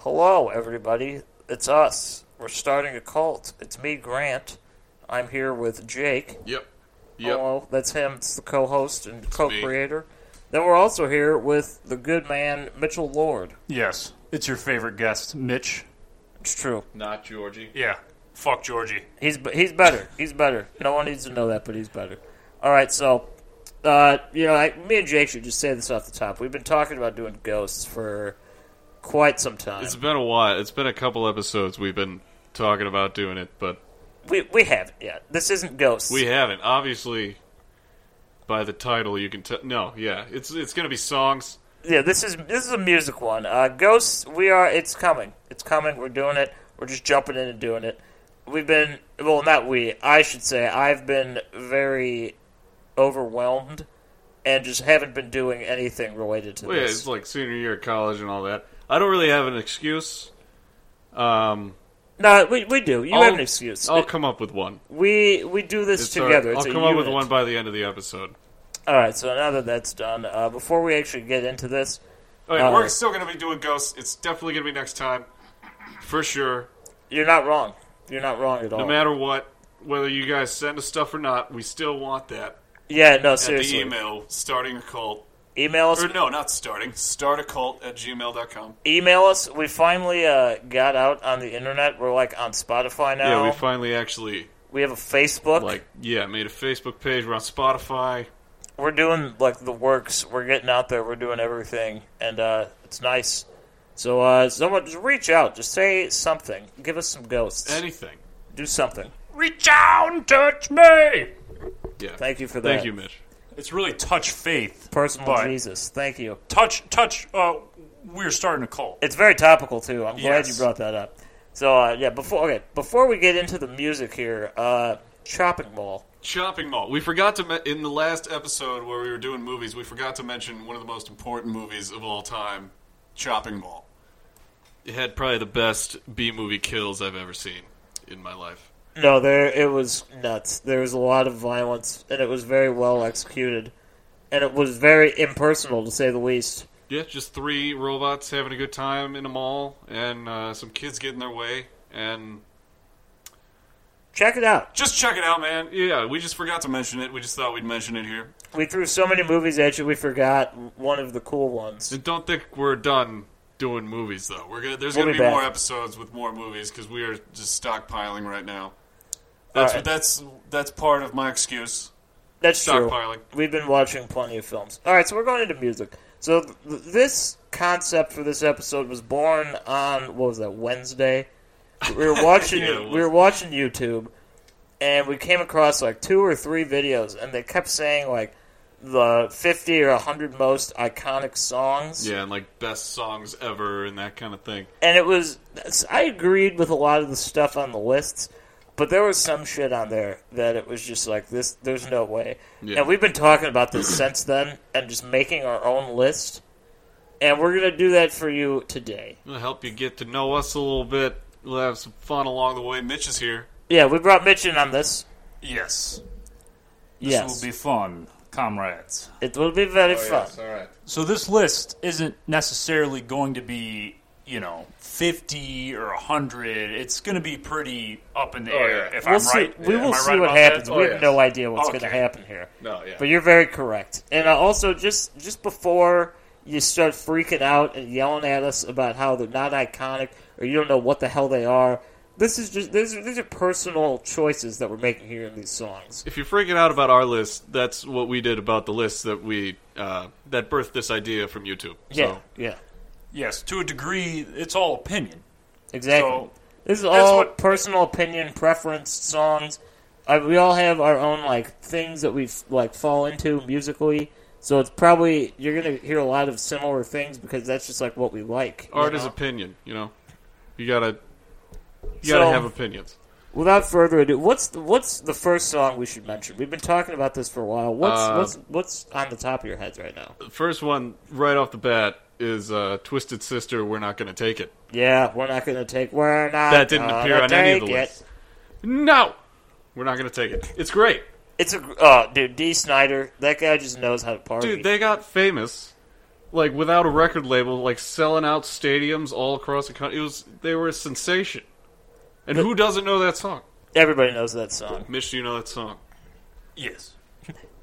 Hello, everybody. It's us. We're starting a cult. It's me, Grant. I'm here with Jake. Yep. Yep. Hello, that's him. It's the co-host and co-creator. Then we're also here with the good man Mitchell Lord. Yes, it's your favorite guest, Mitch. It's true. Not Georgie. Yeah, fuck Georgie. He's be- he's better. He's better. No one needs to know that, but he's better. All right, so uh, you know, I, me and Jake should just say this off the top. We've been talking about doing ghosts for quite some time. It's been a while. It's been a couple episodes we've been talking about doing it, but We we haven't yet. This isn't ghosts. we haven't. Obviously, by the title, you can tell. No, yeah, it's it's gonna be songs. yeah, this is this is a music one. Uh, Ghosts, we are. It's coming. It's coming. We're doing it. We're just jumping in and doing it. We've been well, not we. I should say I've been very overwhelmed and just haven't been doing anything related to Well, yeah, this. it's like senior year of college and all that. I don't really have an excuse. Um, no, we, we do. You I'll- have an excuse. I'll come up with one. we we do this It's all right. together. It's I'll a come up with unit. one by the end of the episode. All right. So now that that's done, uh, before we actually get into this, All right, All we're right. still gonna be doing ghosts. It's definitely gonna be next time, for sure. you're not wrong. You're not wrong at all. No matter what, whether you guys send us stuff or not, we still want that. yeah. No, At the seriously. email, starting a cult. Email us. Or no, not starting. Start a cult at gmail.com. email us. We finally uh, got out on the internet. We're like on Spotify now. Yeah, we, we finally actually have a Facebook. like yeah made a Facebook page. We're on Spotify. we're doing like the works. We're getting out there. We're doing everything, and uh, it's nice. So uh, someone just reach out. Just say something. Give us some ghosts. Anything. Do something. Reach out and touch me. Yeah. Thank you for that. Thank you, Mitch. It's really touch faith. Personal But- Jesus. Thank you. Touch, touch. Uh, we're starting a cult. It's very topical too. I'm glad Yes. you brought that up. So uh, yeah, before okay, before we get into the music here, uh, shopping mall. Shopping mall. We forgot to me- in the last episode where we were doing movies. We forgot to mention one of the most important movies of all time, Shopping Mall. It had probably the best B movie kills I've ever seen in my life. No, there it was nuts. There was a lot of violence, and it was very well executed, and it was very impersonal to say the least. Yeah, just three robots having a good time in a mall, and uh, some kids getting their way, and Check it out. Just check it out, man. Yeah, we just forgot to mention it. We just thought we'd mention it here. We threw so many movies at you, we forgot one of the cool ones. And don't think we're done doing movies, though. We're gonna there's We'll gonna be be, back. more episodes with more movies because we are just stockpiling right now. That's All right. that's that's part of my excuse. That's true. Stockpiling. We've been watching plenty of films. All right, so we're going into music. So th- this concept for this episode was born on what was that Wednesday? We were watching Yeah, it we were watching YouTube, and we came across like two or three videos, and they kept saying like the fifty or hundred most iconic songs. Yeah, and like best songs ever and that kind of thing. and it was I agreed with a lot of the stuff on the lists, but there was some shit on there that it was just like this. There's no way. Yeah. And we've been talking about this since then, and just making our own list. And we're gonna do that for you today. It'll help you get to know us a little bit. We'll have some fun along the way. Mitch is here. Yeah, we brought Mitch in on this. Yes. This yes, will be fun, comrades. it will be very fun. all right. So this list isn't necessarily going to be, you know, fifty or hundred. It's going to be pretty up in the air. yeah. If We'll I'm see. right, we Am will I see right what about that? happens. Oh, we have yes. no idea what's Okay. going to happen here. No, yeah. But you're very correct. And uh, also, just just before you start freaking out and yelling at us about how they're not iconic or you don't know what the hell they are. This is just these are, these are personal choices that we're making here in these songs. If you're freaking out about our list, that's what we did about the list that we uh, that birthed this idea from YouTube. Yeah, So, yeah, Yes, to a degree, it's all opinion. exactly. So- this is That's all what- personal opinion, preference, songs. I, we all have our own like things that we like fall into musically. So it's probably you're gonna hear a lot of similar things because that's just like what we like. you art know? is opinion. You know, you gotta you So- gotta have opinions. Without further ado, what's the, what's the first song we should mention? We've been talking about this for a while. What's Uh, what's what's on the top of your heads right now? The first one right off the bat is uh, "Twisted Sister." We're not gonna take it. Yeah, we're not gonna take. We're not. That didn't gonna appear on any of the take it. lists. No, we're not gonna take it. It's great, It's a oh, dude, D. Snyder. That guy just knows how to party. dude. They got famous like without a record label, like selling out stadiums all across the country. It was they were a sensation. And who doesn't know that song? Everybody knows that song. Mitch, do you know that song? Yes.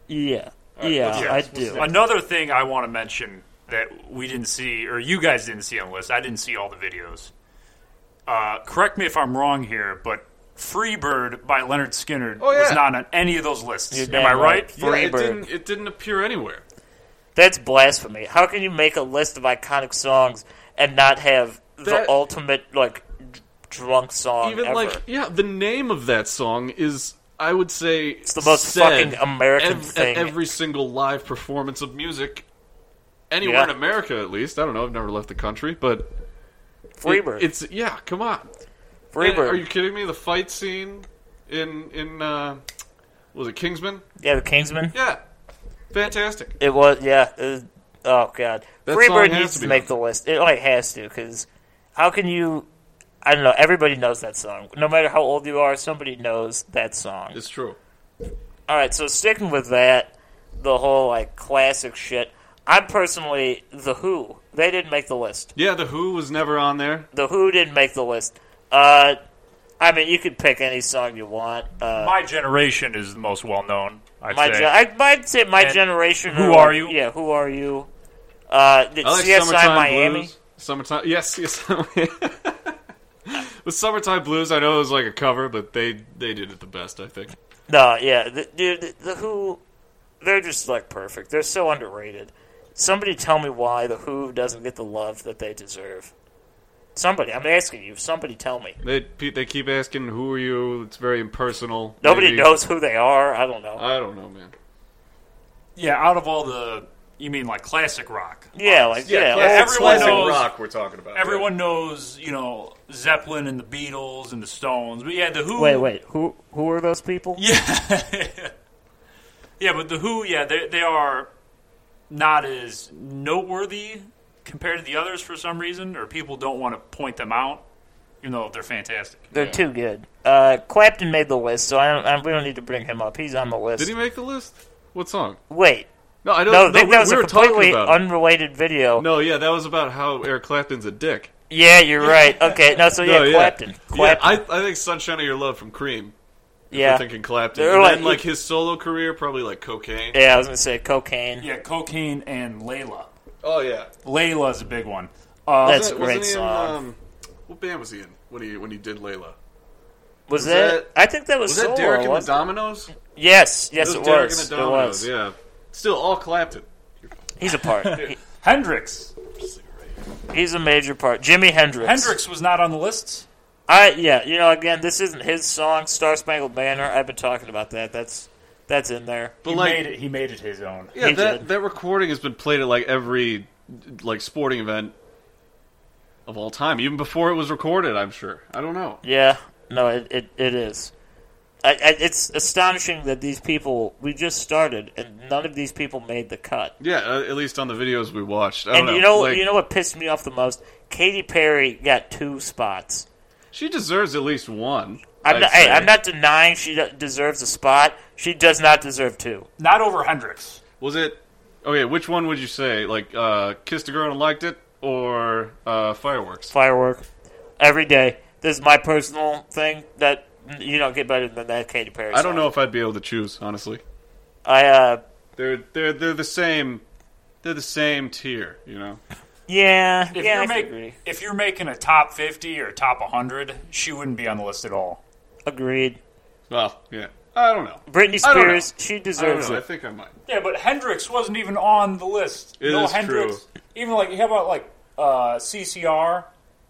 Yeah, yeah, what's I next? do. Another thing I want to mention that we didn't see, or you guys didn't see on the list, I didn't see all the videos. Uh, correct me if I'm wrong here, but Freebird by Leonard Skinner Oh, yeah. was not on any of those lists. You're Am damn I right? right. Yeah, it Freebird. didn't. It didn't appear anywhere. That's blasphemy. How can you make a list of iconic songs and not have That- the ultimate like d- drunk song Even ever? like yeah, the name of that song is I would say it's the most fucking American thing. At every single live performance of music anywhere Yeah. in America, at least. I don't know. I've never left the country, but it- Freebird. it's yeah. Come on, Freebird. Are you kidding me? The fight scene in in uh, was it Kingsman? yeah, the Kingsman. Yeah, fantastic. It was, yeah. it was- oh god, That song Freebird has needs to to, be make on. the list. It like has to because how can you? I don't know. Everybody knows that song. No matter how old you are, somebody knows that song. It's true. All right, so sticking with that, the whole like classic shit. I'm personally the Who. They didn't make the list. Yeah, the Who was never on there. The Who didn't make the list. Uh, I mean, you could pick any song you want. Uh, My generation is the most well known. I'd my, say. gen- I might say my And generation. Who or, Are like, You? Yeah, who are you? Uh, did I like CSI summertime Miami? blues. Summertime, yes, yes. With summertime blues, I know it was like a cover, but they they did it the best, I think. No, yeah, the, dude, the, the Who, they're just like perfect. They're so underrated. Somebody tell me why the Who doesn't get the love that they deserve. Somebody, I'm asking you. Somebody tell me. They pe- they keep asking, "Who are you?" It's very impersonal. Nobody Maybe- knows who they are. I don't know. I don't know, man. yeah, out of all the, you mean like classic rock? yeah, like yeah, classic old everyone school. knows- rock we're talking about. Everyone knows, you know, Zeppelin and the Beatles and the Stones, but yeah, the Who. Wait, wait. Who who are those people? Yeah, but the Who, yeah, they they are not as noteworthy compared to the others for some reason, or people don't want to point them out, even though they're fantastic. They're too good. Uh, Clapton made the list, so I don't, I, we don't need to bring him up. He's on the list. Did he make the list? What song? wait, No, I don't. no, that- we, that was we a were talking completely about. it. unrelated video. no, yeah, that was about how Eric Clapton's a dick. Yeah, you're right. Okay, no, so yeah, no, yeah. Clapton. Yeah, Clapton. I, I think "Sunshine of Your Love" from Cream. Yeah, I'm thinking Clapton. They're and like- then, like his solo career, probably like cocaine. Yeah, I was gonna say cocaine. Yeah, Cocaine and Layla. Oh yeah, Layla's a big one. Uh, That's a Wasn't great he in, song. um, what band was he in when he when he did Layla? was that, that- I think that was, Was solo. that Derek and the wasn't it? Dominoes? Yes, yes, It it was Derek was. and the it Dominoes. was. Yeah, still all Clapton. He's a part. He- Hendrix. he's a major part. Jimi Hendrix. Hendrix was not on the list. I yeah. You know, again, this isn't his song. Star Spangled Banner. I've been talking about that. That's that's in there. But he like, made it. He made it his own. yeah, he that did. that recording has been played at like every like sporting event of all time, even before it was recorded. I'm sure. I don't know. Yeah. No, it it, it is. I, I, it's astonishing that these people we just started and none of these people made the cut. Yeah, uh, at least on the videos we watched. I And don't know. you know like, you know what pissed me off the most? Katy Perry got two spots. she deserves at least one. I'm I'd not, hey, say. I'm not denying she de- deserves a spot. She does not deserve two. Not over Hendrix. Was it okay? Which one would you say? Like, uh, kissed a girl and liked it, or uh, fireworks? Firework every day. This is my personal thing that you don't get better than that Katy Perry. I don't song. know if I'd be able to choose honestly. I uh, They're they're they're the same They're the same tier, you know. Yeah, If yeah, I you're can make- agree. if you're making a top fifty or top hundred, she wouldn't be on the list at all. Agreed. Well, yeah. I don't know. Britney I don't know. Spears, she I don't deserves know. I it. think I might. Yeah, but Hendrix wasn't even on the list. It no is Hendrix. Even like how about like uh, CCR,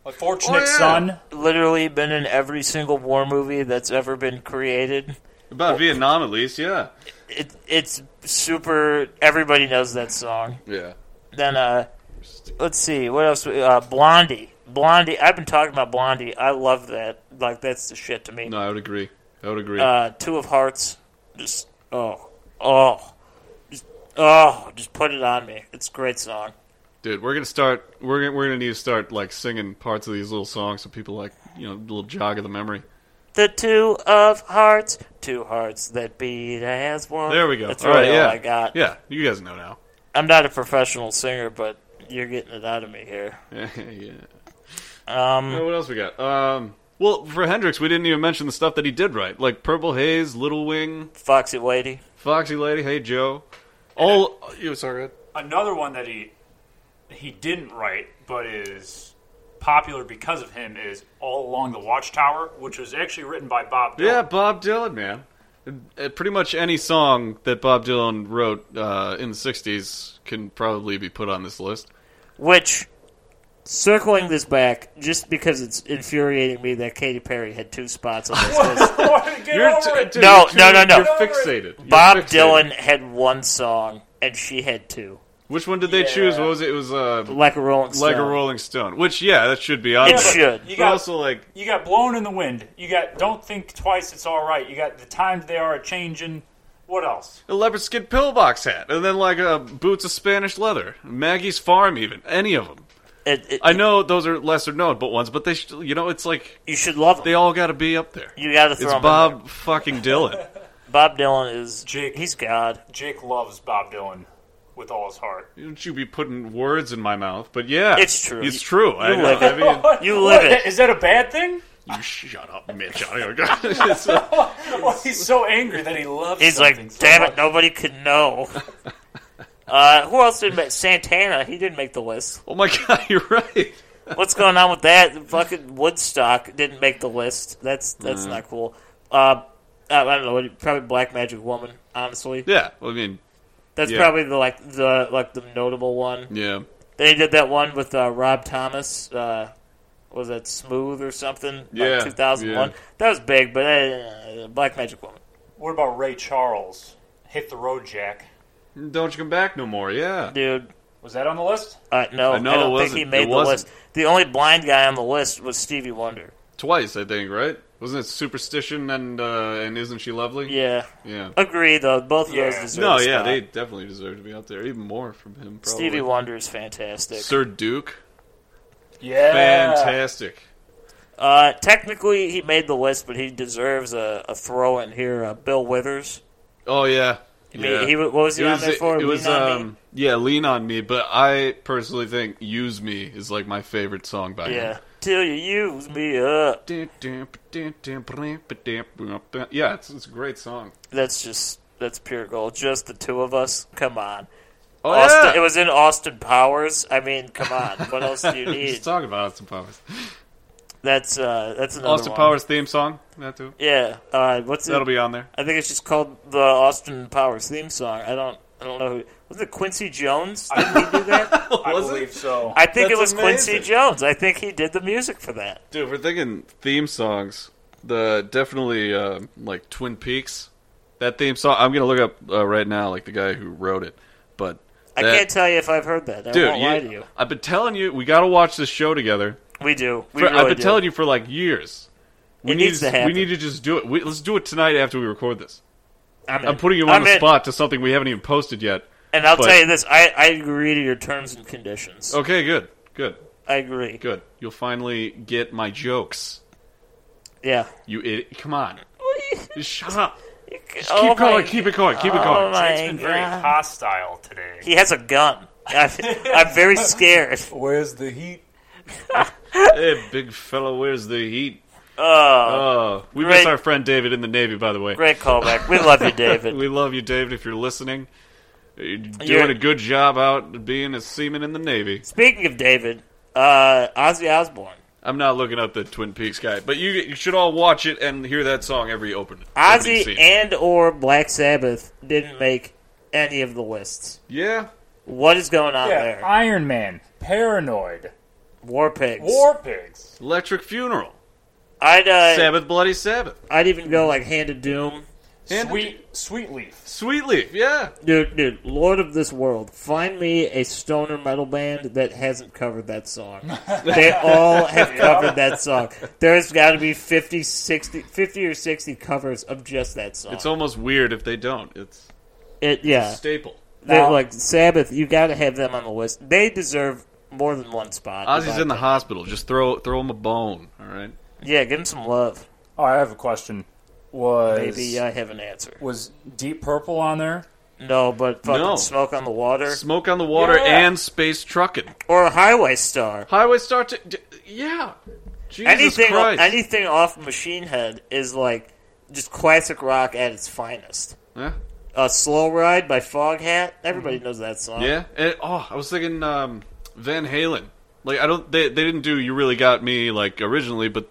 like Fortunate Oh, yeah. Son. Literally been in every single war movie that's ever been created. About Vietnam, at least, yeah. It, it's super. Everybody knows that song. Yeah. Then, uh, let's see what else. we- Uh, Blondie, Blondie. I've been talking about Blondie. I love that. Like that's the shit to me. No, I would agree. I would agree. Uh, Two of Hearts. Just oh, oh, Just- oh. Just put it on me. It's a great song. Dude, we're gonna start. We're gonna, we're gonna need to start like singing parts of these little songs so people like you know a little jog of the memory. The two of hearts, two hearts that beat as one. There we go. That's all really right, yeah. all I got. Yeah, you guys know now. I'm not a professional singer, but you're getting it out of me here. yeah. Um, Uh, what else we got? Um, well, for Hendrix, we didn't even mention the stuff that he did right, like Purple Haze, Little Wing, Foxy Lady. Foxy Lady, Hey Joe. All you sorry. Ed. Another one that he he didn't write, but is popular because of him is All Along the Watchtower, which was actually written by Bob. Dylan. Yeah, Bob Dylan, man. Uh, Pretty much any song that Bob Dylan wrote uh, in the '60s can probably be put on this list. Which, circling this back, just because it's infuriating me that Katy Perry had two spots on this list. Get You're over t- it. dude, No, you're no, no, no. You're fixated. You're Bob fixated. Dylan had one song, and she had two. Which one did they choose? What was it? It was uh, Like a Rolling Stone. like a Rolling Stone. Which, yeah, that should be on. It there. should. But You got- also, like, You got blown in the wind. You got don't think twice. It's all right. You got the times they are changing. What else? a leopard skin pillbox hat, and then like uh, boots of Spanish leather, Maggie's Farm, even any of them. It- it- I know those are lesser known, but ones, but they, sh- you know, it's like you should love they him. all got to be up there. You gotta throw It's him in Bob fucking Dylan. Bob Dylan is Jake. He's God. Jake loves Bob Dylan with all his heart. Don't you be putting words in my mouth, but yeah, It's true. It's true. I, You know. live I it. mean, You live What, it. Is that a bad thing? you shut up, Mitch. I don't know. It's, uh, Well, he's so angry that he loves. He's something like, so damn much." it, nobody could know. uh, who else did make Santana? He didn't make the list. oh my god, you're right. What's going on with that? Fucking Woodstock didn't make the list. That's that's Mm. not cool. Uh, I don't know. Probably Black Magic Woman. Honestly, Yeah, well, I mean, that's Yeah. probably the like the like the notable one. yeah. They did that one with uh, Rob Thomas. Uh, was that Smooth or something? Yeah, two thousand one. yeah. That was big, but uh, Black Magic Woman. What about Ray Charles? Hit the road, Jack. Don't you come back no more? Yeah. Dude, Was that on the list? Uh, no, Uh, I, no, don't it think he wasn't. made It the wasn't. list. The only blind guy on the list was Stevie Wonder. twice, I think, right? Wasn't it Superstition and uh, and Isn't She Lovely? Yeah, Yeah. agree though. Both of those Yeah. deserve. No, a yeah, spot. they definitely deserve to be out there. Even more from him, probably. Stevie Wonder is fantastic. Sir Duke, Yeah. fantastic. uh, technically, he made the list, but he deserves a, a throw in here. Uh, Bill Withers. Oh yeah. I mean, yeah. he wa- what was he it on was, there for? It was Lean On Me? um, yeah, lean on me. But I personally think "Use Me" is like my favorite song by yeah. Till you use me up. him. Yeah, it's, it's a great song. That's just that's pure gold. Just the two of us. Come on. Oh Austin, yeah. It was in Austin Powers. I mean, come on. What else do you Just need? talk about Austin Powers. That's uh, that's another Austin one. Powers theme song. That too. Yeah. Uh, what's it? That'll be on there. I think it's just called the Austin Powers theme song. I don't I don't know who was it Quincy Jones? Did he do that? I believe so. I think it was That's Quincy amazing. Jones. I think he did the music for that. Dude, if we're thinking theme songs. The definitely uh, like Twin Peaks. That theme song. I'm gonna look up uh, right now, like the guy who wrote it. But I that- can't tell you if I've heard that. I dude, won't you- lie to you. I've been telling you, we gotta watch this show together. We do. We For- really I've been do. telling you for like years. We It need needs to happen. We need to just do it. We, let's do it tonight after we record this. I'm, I'm in. putting you on I'm the in. spot to something we haven't even posted yet. And I'll but- tell you this: I, I agree to your terms and conditions. Okay, good, good, I agree. good. You'll finally get my jokes. Yeah. You idiot! Come on, shut up. Keep keep going. Keep it going. Keep it Oh going. my It's been very God. hostile today. He has a gun. I, I'm very scared. Where's the heat? Hey, big fella, where's the heat? Oh, Oh, we Great. miss our friend David in the Navy, by the way. great callback. We love you, David. We love you, David, if you're listening. You're doing You're- a good job out being a seaman in the Navy. Speaking of David, uh, Ozzy Osbourne. I'm not looking up the Twin Peaks guy, but you, you should all watch it and hear that song every open. opening Ozzy scene. and or Black Sabbath didn't make any of the lists. yeah, What is going on there? Iron Man, Paranoid, War pigs. War Pigs. Electric Funeral, I'd uh, Sabbath, Bloody Sabbath, I'd even go like Hand of Doom. And- Sweet, Sweet Leaf. Sweetleaf. Yeah, Dude, dude, Lord of this world, find me a stoner metal band that hasn't covered that song. they all have covered that song. There's got to be 50, 60, 50 or 60 covers of just that song. it's almost weird if they don't. It's it, yeah. a staple. They're Now- like Sabbath, you got to have them on the list. They deserve more than one spot. Ozzy's Like, in the hospital. Just throw throw him a bone. All right. Yeah, give them some love. Oh, I have a question. Was Maybe I have an answer. was Deep Purple on there? No, but fucking No. smoke on the water Smoke on the water Yeah. and space trucking. or Highway Star. Highway Star. T- d- yeah. Jesus anything Christ. anything off Machine Head is like just classic rock at its finest. yeah. A slow ride by Foghat. Everybody knows that song. Mm-hmm. Yeah. And, oh, I was thinking um, Van Halen. Like I don't. They they didn't do. You really got me. Like originally, but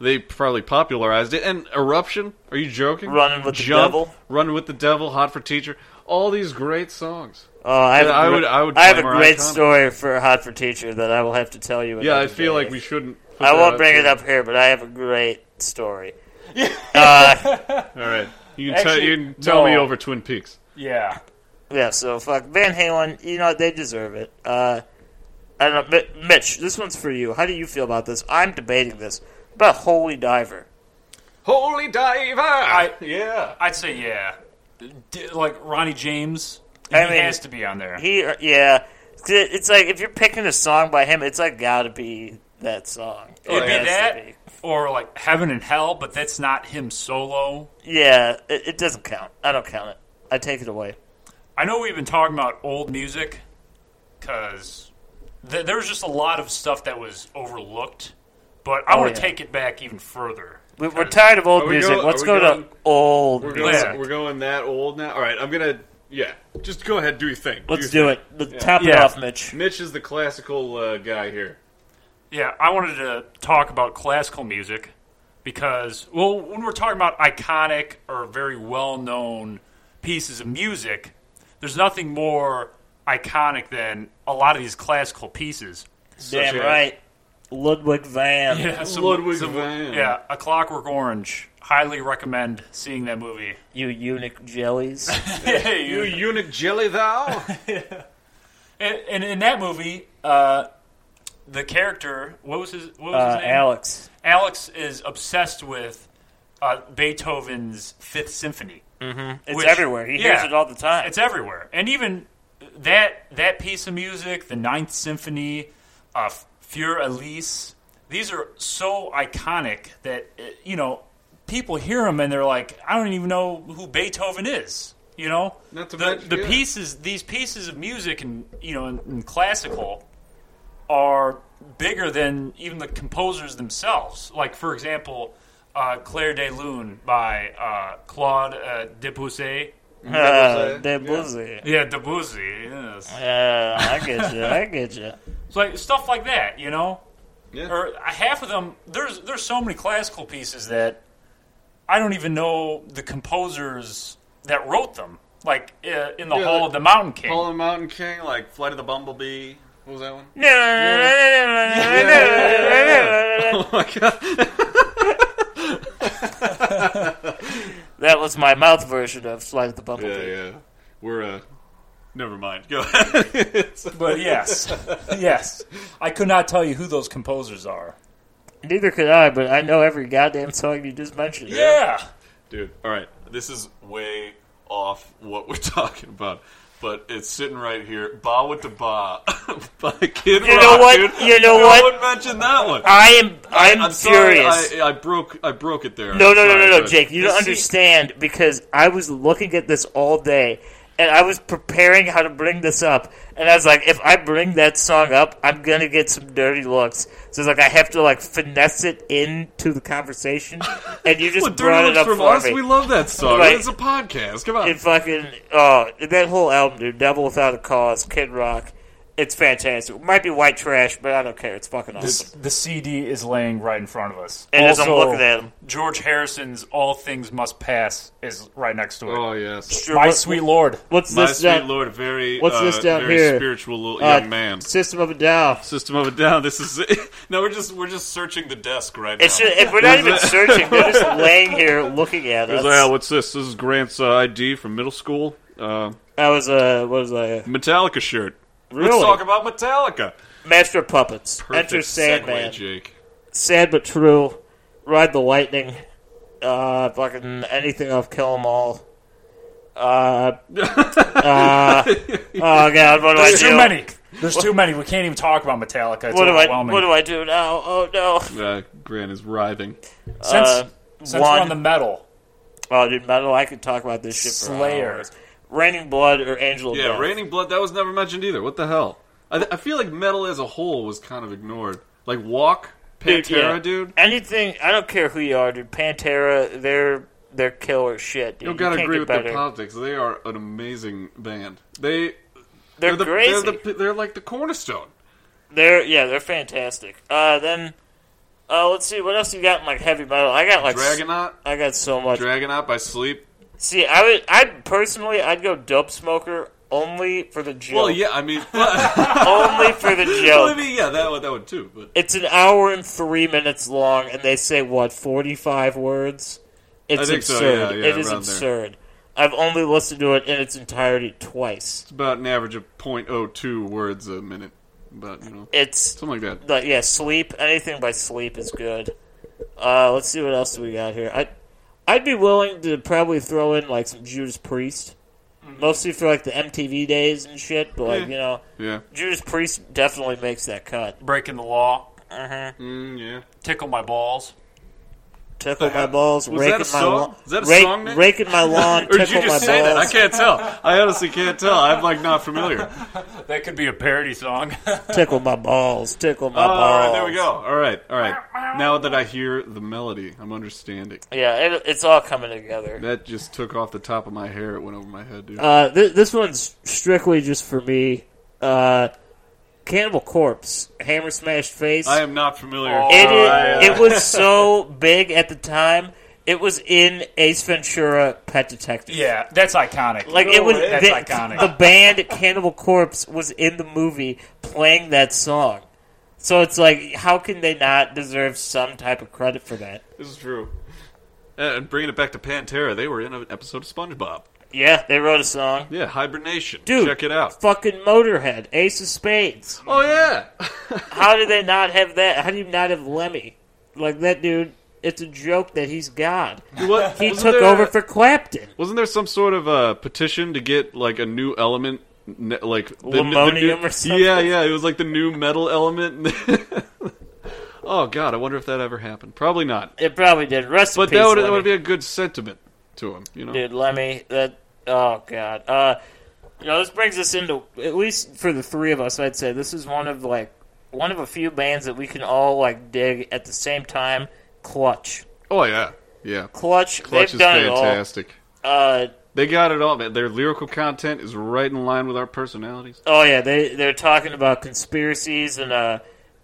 they probably popularized it. And eruption. Are you joking? Running with the Jump, Devil. Running with the devil. Hot for teacher. All these great songs. Oh, I, have Yeah, a I gr- would- I would I have a claim our great iconic. story for Hot for Teacher that I will have to tell you. Yeah, I another feel day. like we shouldn't. put I that won't bring here. it up here, but I have a great story. All right. You can, Actually, tell you can tell me no. over Twin Peaks. Yeah. Yeah, so fuck Van Halen. You know what? they deserve it. Uh, I don't know, Mi- Mitch. This one's for you. How do you feel about this? I'm debating this. What about Holy Diver? Holy diver! I- yeah. I'd say yeah. D- like Ronnie James, I he mean- has to be on there. He, uh, yeah. It's like if you're picking a song by him, it's like gotta be that song. Oh, It'd has be to that be. or like Heaven and Hell, but that's not him solo. Yeah, it, it doesn't count. I don't count it. I take it away. I know we've been talking about old music because th- there was just a lot of stuff that was overlooked, but I Oh, want yeah. to take it back even further. We, we're tired of old Are we music. go- Let's are go we going- to old We're going, music. Yeah. we're going that old now? All right, I'm going to. Yeah. Just go ahead, do your thing. Let's your do it. Let's Top it Yeah. off, Mitch. thing. Mitch is the classical uh, guy here. Yeah, I wanted to talk about classical music because, well, when we're talking about iconic or very well known pieces of music, there's nothing more iconic than a lot of these classical pieces. Damn as- right, Ludwig van. Yeah, some- Ludwig some- van. Yeah, A Clockwork Orange. Highly recommend seeing that movie. You eunuch jellies. Uh, You eunuch jelly thou? And, and in that movie, uh, the character, what was his, what was Uh, his name? Alex. Alex is obsessed with uh, Beethoven's Fifth Symphony. It's Which- everywhere. He yeah. hears it all the time. It's everywhere, and even that that piece of music, the Ninth Symphony, uh, Fur Elise. These are so iconic that uh, you know people hear them and they're like, I don't even know who Beethoven is. You know, Not to the, mention- the yeah. pieces, these pieces of music, and you know, in, in classical, are bigger than even the composers themselves. Like, for example, uh, Claire de Lune by uh, Claude uh, Debussy. uh, they're Yeah. bluesy. Yeah, Debussy. Yes. Yeah, I get you. I get you. So like stuff like that, you know. Yeah. Or uh, half of them. There's there's so many classical pieces that I don't even know the composers that wrote them. Like uh, in the Yeah, Hall like of the Mountain King. Paul the Mountain King, like Flight of the Bumblebee. What was that one? Oh my god. That was my mouth version of Flight of the Bumblebee. Yeah, yeah. We're, uh. Never mind. Go ahead. But yes, yes, I could not tell you who those composers are. Neither could I, but I know every goddamn song you just mentioned. Yeah. Dude, all right. This is way off what we're talking about, but it's sitting right here. Ba with the ba by Kid You Rock, know what? dude. You know no what? one mentioned that one. I am. I'm, I'm furious. Sorry, I, I broke. I broke it there. No, no, no, I'm sorry, no, no, but- Jake. You don't See, understand because I was looking at this all day, and I was preparing how to bring this up, and I was like, if I bring that song up, I'm gonna get some dirty looks. So it's like I have to like finesse it into the conversation, and you just What, brought Dirty it up Looks from for us? me. We love that song. Right. It's a podcast. Come on. It fucking oh that whole album, dude, Devil Without a Cause, Kid Rock, it's fantastic. Might be white trash, but I don't care. It's fucking awesome. The CD is laying right in front of us. And as I'm Also, looking at 'em- George Harrison's "All Things Must Pass" is right next to it. oh yes. Sure, My what- sweet lord, What's My this? sweet down- lord, very What's uh, this down very here? spiritual little uh, young man. System of a Down. System of a Down. This is it. no, we're just we're just searching the desk right It's now. just, if we're not even searching. They're just laying here looking at It's like, "Oh, us. what's this? This is Grant's uh, ID from middle school. Uh, I was uh, what was I? Metallica shirt. Really? Let's talk about Metallica. Master of Puppets. Perfect Enter Sandman. segue, Jake. Sad but true. Ride the lightning. Uh, fucking anything off Kill 'Em All. Uh, uh, oh god, what do I there's do? too many. There's too many. We can't even talk about Metallica. It's What do I? overwhelming. What do I do now? Oh no! Uh, Grant is writhing. since uh, since we're one. on the metal, Oh, dude, metal. I could talk about this shit for Slayer. hours. Raining Blood or Angel of Yeah, Death. Raining Blood. That was never mentioned either. What the hell? I, I feel like metal as a whole was kind of ignored. Like Walk, Pantera, Dude, yeah. dude. Anything. I don't care who you are, dude. Pantera, they're they're killer shit. Dude. You You gotta can't agree get with better. their politics. They are an amazing band. They They're, the, crazy. They're, the, they're like the cornerstone. They're yeah, they're fantastic. Uh, then uh, let's see what else you got in like heavy metal. I got like s- Dragonaut, I got so much. Dragonaut by Sleep. see, I would I personally I'd go Dope Smoker only for the joke. Well, yeah, I mean, well, only for the I joke. mean, yeah, that one, that one too. But It's an hour and three minutes long, and they say what forty five words. It's think so, absurd. yeah, yeah, it is around there. absurd. I've only listened to it in its entirety twice. it's about an average of 0.02 words a minute. But you know, It's something like that. But yeah, sleep. Anything by sleep is good. Uh, let's see what else do we got here. I, I'd be willing to probably throw in like some Judas Priest, mostly for like the MTV days and shit. But like Mm-hmm. Yeah. you know, Yeah, Judas Priest definitely makes that cut. breaking the law, mm, yeah. tickle my balls. Tickle my balls, was that a raking my song? lawn, Is that a rake, song, Nick? raking my lawn, Or tickle did you my just say that? I balls, can't tell. I honestly can't tell. I'm like not familiar. That could be a parody song. tickle my balls, tickle my Oh, balls. all right, there we go. All right, all right. Now that I hear the melody, I'm understanding. Yeah, it, it's all coming together. That just took off the top of my hair. It went over my head, dude. Uh, th- this one's strictly just for me. Uh, Cannibal Corpse, Hammer Smashed Face. I am not familiar. It, Oh, I, uh, is- it was so big at the time. It was in Ace Ventura: Pet Detective. yeah, that's iconic. Like it was that's the, iconic. the band Cannibal Corpse was in the movie playing that song. So it's like how can they not deserve some type of credit for that? This is true. And bringing it back to Pantera, they were in an episode of SpongeBob. Yeah, they wrote a song. Yeah, hibernation. Dude. check it out. Fucking Motorhead, Ace of Spades. Oh yeah, How do they not have that? How do you not have Lemmy? Like that dude, it's a joke that he's God. what, He took over for Clapton. Wasn't there some sort of uh, petition to get like a new element, ne- like the, the new, Lemonium or something? Yeah, yeah. It was like the new metal element. oh God, I wonder if that ever happened. Probably not. It probably did. Rest in But peace, that would, that Lemmy. would be a good sentiment to him. You know. dude. Lemmy, that oh god. Uh, you know, this brings us into at least for the three of us. I'd say this is one of like one of a few bands that we can all like dig at the same time. Clutch, Oh yeah, yeah. Clutch, Clutch they've is done fantastic. it all. Uh, They got it all, man. Their lyrical content is right in line with our personalities. oh yeah, they they're talking about conspiracies and uh,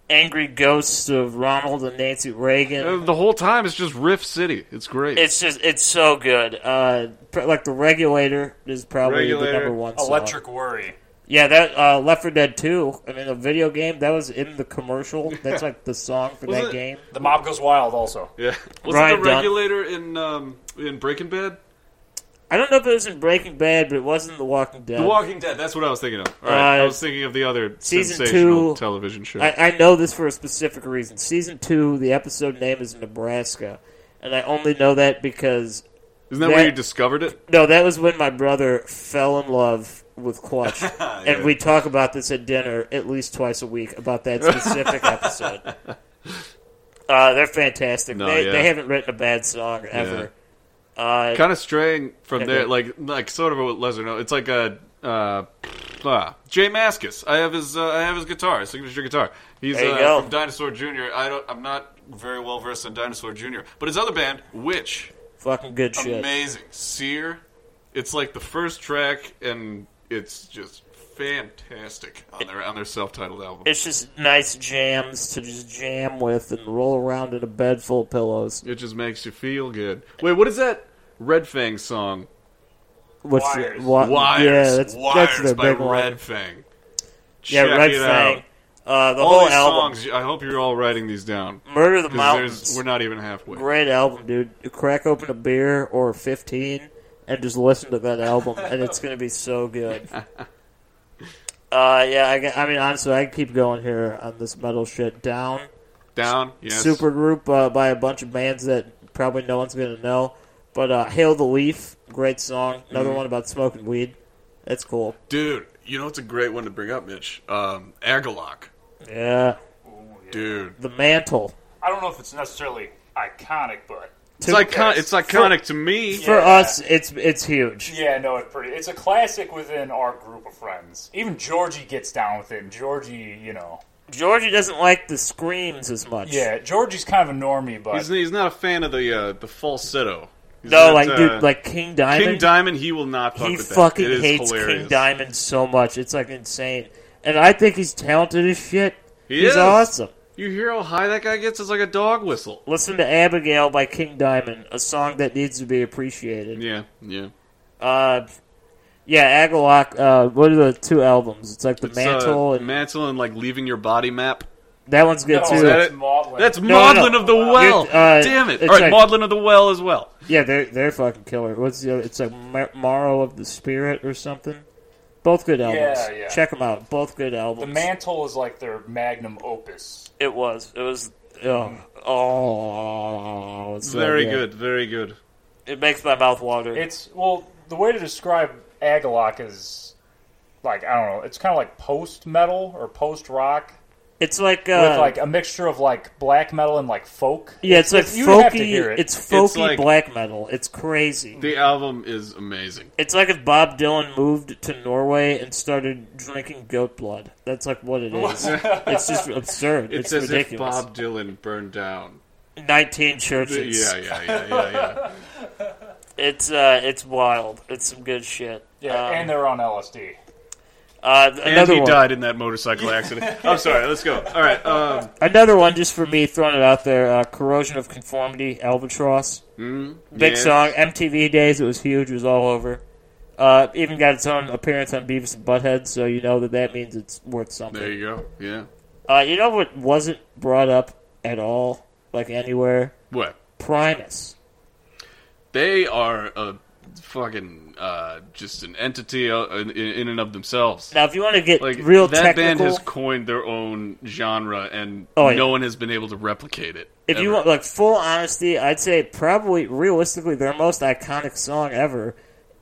angry ghosts of Ronald and Nancy Reagan. Uh, The whole time it's just Riff City. It's great. It's just it's so good. Uh, pr- like the regulator is probably Regulator. the number one. Song. Electric Worry. Yeah, that uh, Left 4 Dead 2. I mean, the video game that was in the commercial. That's like the song for Was that it- game. The Mob Goes Wild also. yeah. Was Ryan it the Dunn. regulator in um, in Breaking Bad? I don't know if it was in Breaking Bad, but it was in The Walking Dead. The Walking Dead. That's what I was thinking of. All right, Uh, I was thinking of the other season sensational two- television show. I, I know this for a specific reason. Season two, the episode name is Nebraska, and I only know that because Isn't that, where that- you discovered it? no, that was when my brother fell in love with Clutch, and we talk about this at dinner at least twice a week about that specific episode. Uh, they're fantastic. No, they, yeah. they haven't written a bad song ever. Uh, kind of straying from Yeah, there, go. like like sort of what Lesnar. knows. It's like a uh, ah, Jay Maskus. I have his uh, I have his guitar, his signature guitar. He's There you uh, go. from Dinosaur Jr. I don't. I'm not very well versed in Dinosaur Jr. But his other band, Witch, fucking good shit. amazing. Sear. It's like the first track, and it's just fantastic on their on their self titled album. It's just nice jams to just jam with and roll around in a bed full of pillows. It just makes you feel good. Wait, what is that Red Fang song? What's Wires. what, Wires, Uh, yeah, that's, Wires that's their by big one. Red Fang. Yeah, Check Red it Fang. out. Uh, the all whole these album, songs. I hope you're all writing these down. Murder of the 'Cause Mountains. there's- We're not even halfway. Great album, dude. You crack open a beer or fifteen and just listen to that album, and it's gonna be so good. Uh, yeah, I, g- I mean, honestly, I can keep going here on this metal shit. Down, Down. Yes. super group uh, by a bunch of bands that probably no one's gonna know, but uh, "Hail the Leaf," great song. Another Mm-hmm. one about smoking weed. That's cool. Dude, you know it's a great one to bring up, Mitch. Um, Agalock. Yeah, Dude, the mantle. I don't know if it's necessarily iconic, but it's, icon- it's iconic to me. For us, it's it's huge. yeah, no, it's pretty. It's a classic within our group of friends. Even Georgie gets down with it. and Georgie, you know, Georgie doesn't like the screams as much. yeah, Georgie's kind of a normie, but He's, he's not a fan of the uh, the falsetto. He's No, not, like uh, dude, like King Diamond. King Diamond. He will not fuck he with that. fucking It is hates hilarious. King Diamond so much. It's like insane. And I think he's talented as shit. He he's is. awesome. You hear how high that guy gets? It's like a dog whistle. Listen to Abigail by King Diamond, a song that needs to be appreciated. Yeah, yeah. Uh, yeah, Agalock. Uh, what are the two albums? It's like the It's, uh, Mantle, and mantle, and like leaving your body map. that one's good No, too. Oh, that that's Maudlin. That's no. Maudlin of the Well. You're- uh, Damn it! it's All right, like- Maudlin of the Well as well. Yeah, they're they're fucking killer. What's the other? It's like Mar- Morrow of the Spirit or something. Both good albums. Check 'em yeah. Check them out. Both good albums. the mantle is like their magnum opus. It was. It was. Oh, oh it's so Very good, very good. It makes my mouth water. It's well, the way to describe Agalock is like I don't know. It's kind of like post metal or post rock it's like with uh, like a mixture of like black metal and like folk. yeah, it's like you'd have to folky. hear it. It's folky like- black metal. It's crazy. The album is amazing. it's like if Bob Dylan moved to Norway and started drinking goat blood. That's like what it is. it's just absurd. It's, It's, as ridiculous. if Bob Dylan burned down. Nineteen Yeah, churches. yeah, yeah, yeah, yeah. It's uh, it's wild. It's some good shit. Yeah, Um, and they're on LSD. uh, and another he one. died in that motorcycle accident. I'm sorry. Let's go. All right. Um, Another one, just for me, throwing it out there. Uh, Corrosion of Conformity, Albatross. Big yes. song. MTV days, it was huge. It was all over. Uh, even got its own appearance on Beavis and Butthead, so you know that that means it's worth something. There you go. Yeah. Uh, you know what wasn't brought up at all, like anywhere? What? Primus. They are a fucking uh, just an entity uh, in, in and of themselves. Now, if you want to get Like real that band technical, has coined their own genre, and Oh, yeah. no one has been able to replicate it. if you ever. want like full honesty, I'd say probably realistically their most iconic song ever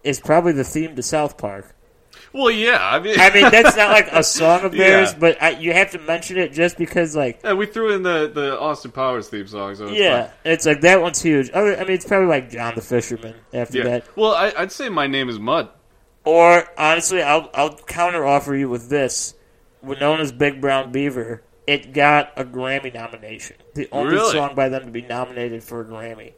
is probably the theme to South Park. well, yeah. I mean, I mean, that's not like a song of Yeah. theirs, but I, you have to mention it just because, like, Yeah, we threw in the, the Austin Powers theme song, so it's yeah, fine. it's like that one's huge. Other, I mean, it's probably like John the Fisherman after yeah. that. Well, I, I'd say my name is Mud. Or honestly, I'll I'll counter offer you with this: Winona's Big Brown Beaver. It got a Grammy nomination. The only Really? song by them to be nominated for a Grammy.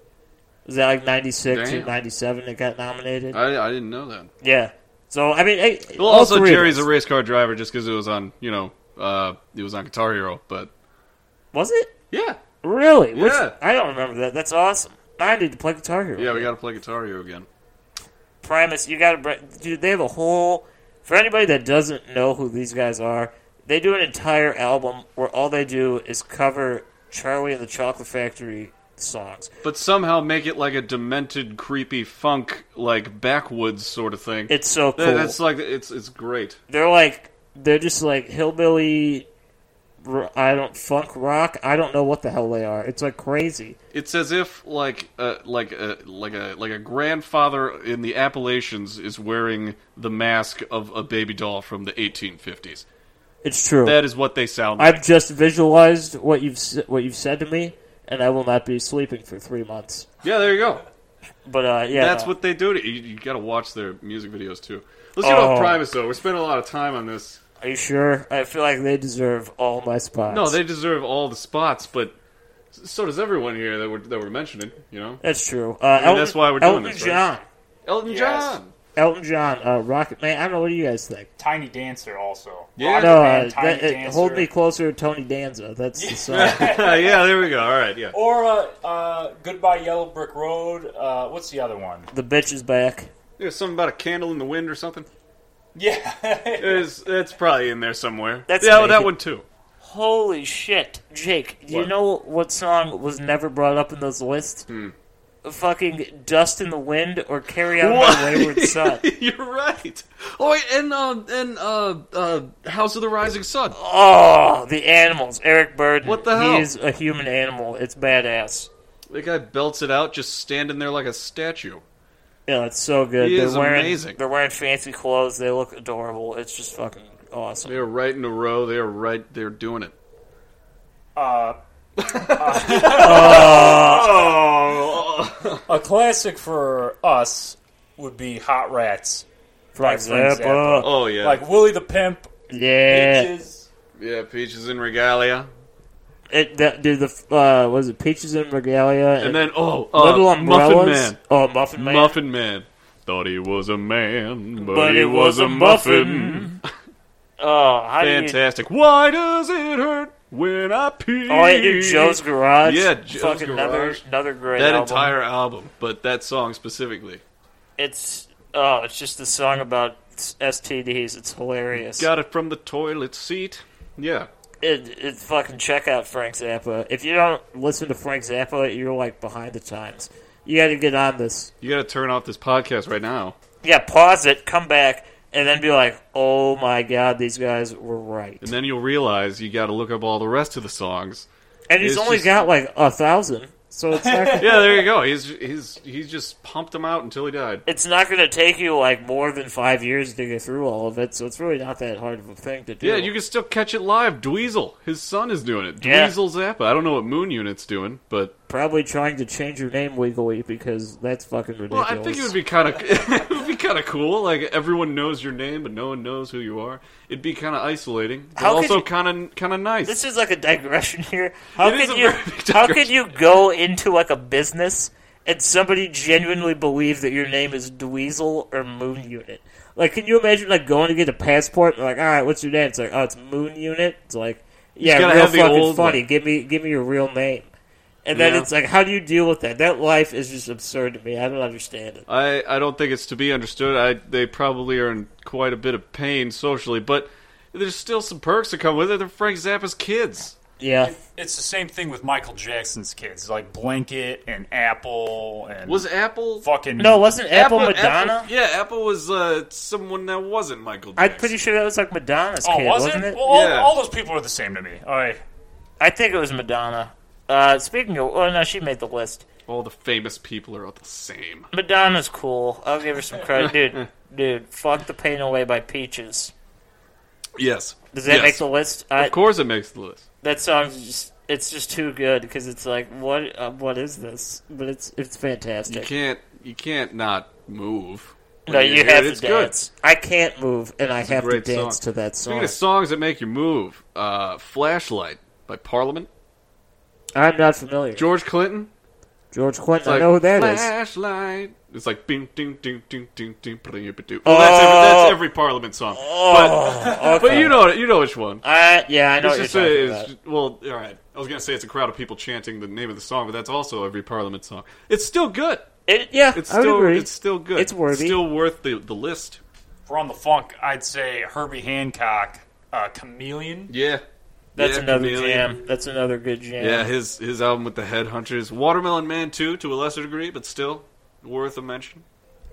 Was that like '96 or Damn. '97? It got nominated. I, I didn't know that. yeah. So I mean, hey, Well, all also three of Jerry's a us. race car driver just because it was on, you know, uh, it was on Guitar Hero. But was it yeah, really? Which, Yeah. I don't remember that. That's awesome. I need to play Guitar Hero. yeah, we got to play Guitar Hero again. Primus, you gotta, br- dude. They have a whole. For anybody that doesn't know who these guys are, they do an entire album where all they do is cover Charlie and the Chocolate Factory songs. But somehow make it like a demented, creepy funk, like backwoods sort of thing. It's so cool. That- That's like it's it's great. they're like, they're just like hillbilly. r- I don't funk rock. I don't know what the hell they are. It's like crazy. It's as if like a like a like a like a grandfather in the Appalachians is wearing the mask of a baby doll from the 1850s. It's true. That is what they sound like. I've just visualized what you've s- what you've said to me, and I will not be sleeping for three months. yeah, there you go. But uh, yeah, That's no. what they do. To, you you got to watch their music videos too. Let's get off Oh. Primus though. We're spending a lot of time on this. Are you sure? I feel like they deserve all my spots. No, they deserve all the spots, but so does everyone here that we're that we're mentioning. You know, That's true. Uh, Elton, that's why we're doing Elton this, right? John. Elton John. Elton John, uh, Rocket Man. I don't know what do you guys think. Tiny Dancer also. Yeah. No, uh, Man, Tiny that, uh, Dancer. hold me closer, Tony Danza. That's the song. yeah, there we go. All right, yeah. Or uh, uh, Goodbye Yellow Brick Road. Uh, what's the other one? the bitch is back. There's something about a candle in the wind or something. Yeah. It's, it's probably in there somewhere. That's yeah, well, amazing. that one too. Holy shit, Jake! Do you What? know what song was never brought up in those lists? Hmm. Fucking "Dust in the Wind" or "Carry On What? My Wayward Son." You're right. Oh, wait, and uh, and uh, uh, House of the Rising Sun. Oh, the animals! Eric Burden. What the hell? He is a human animal. It's badass. The guy belts it out, just standing there like a statue. Yeah, it's so good. He they're is wearing, amazing. They're wearing fancy clothes. They look adorable. It's just fucking awesome. They're right in a row. They're right. They're doing it. a classic for us would be Hot Rats. For example, Oh yeah, Like Willie the Pimp. yeah, Peaches. yeah. Peaches in regalia, it, that, dude. The f- uh, was it peaches and regalia? and then oh, uh, little Muffin umbrellas. Man. Oh, muffin man. Muffin Man. Thought he was a man, but, But he it was was a a muffin. Oh, how do you? Fantastic. Why does it hurt when I pee? Oh, yeah, dude, Joe's Garage. Yeah, Joe's Fucking Garage. Another, another great that album. entire album, but that song specifically. It's oh, it's just a song about STDs. It's hilarious. Got it from the toilet seat. Yeah. It, it fucking check out Frank Zappa. If you don't listen to Frank Zappa, you're like behind the times. You got to get on this. You gotta turn off this podcast right now. Yeah, pause it, come back, and then be like, "Oh my god, these guys were right." And then you'll realize you gotta look up all the rest of the songs. And he's it's only just- got like a thousand, so it's not. gonna- Yeah, there you go. He's he's he's just pumped them out until he died. It's not going to take you like more than five years to get through all of it, so it's really not that hard of a thing to do. Yeah, you can still catch it live. Dweezil. His son is doing it. Yeah. Dweezil Zappa. I don't know what Moon Unit's doing, but probably trying to change your name legally because that's fucking Well, ridiculous. I think it would be kind of it would be kind of cool. Like everyone knows your name, but no one knows who you are. It'd be kind of isolating, but How could also you- kind of kind of nice. This is like a digression here. How It is could a you very big how could digression. you go into like a business and somebody genuinely believe that your name is Dweezil or Moon Unit? Like, can you imagine like going to get a passport? And like, all right, what's your name? It's like, oh, it's Moon Unit. It's like, yeah, gotta real have the fucking old funny. one. Give me give me your real name. And then Yeah. it's like, how do you deal with that? That life is just absurd to me. I don't understand it. I I don't think it's to be understood. I they probably are in quite a bit of pain socially, but there's still some perks that come with it. They're Frank Zappa's kids. Yeah. It's the same thing with Michael Jackson's kids, like Blanket and Apple and Was Apple fucking No, wasn't Apple, Apple- Madonna? yeah, Apple was uh, someone that wasn't Michael. Jackson. I'm pretty sure that was like Madonna's Oh, kid, was wasn't it? it? Well, all, Yeah. all those people are the same to me. All right. I think it was Madonna. Uh, speaking of, oh no, she made the list. all the famous people are all the same. Madonna's cool. I'll give her some credit, dude. Dude, fuck the pain away by Peaches. Yes. Does that Yes. make the list? I, Of course, it makes the list. That song's just. It's just too good because it's like what uh, what is this? But it's it's You fantastic. can't you can't not move. when no, you hear have it. to dance. I can't move and I have to great dance song. to that Speaking song. of songs that make you move, uh, "Flashlight" by Parliament, I'm not familiar. George, George Clinton. Clinton. It's like, I know who that is. Flashlight. It's like ding ding ding ding ding ding. bling, bing, ding. Well, that's, Oh. every, that's every Parliament song, but but you know you know which one. I yeah, Oh, I know It's what you're just talking a, about. it's just- well, all right. I was gonna say it's a crowd of people chanting the name of the song, but that's also every Parliament song. It's still good. It- yeah, It's I would still agree. it's still good. It's worthy. Still worth the the list. If we're on the funk, I'd say Herbie Hancock, uh, Chameleon. Yeah. That's Yeah, another Chameleon. jam. That's another good jam. Yeah, his his album with the headhunters, Watermelon Man too, to a lesser degree, but still worth a mention.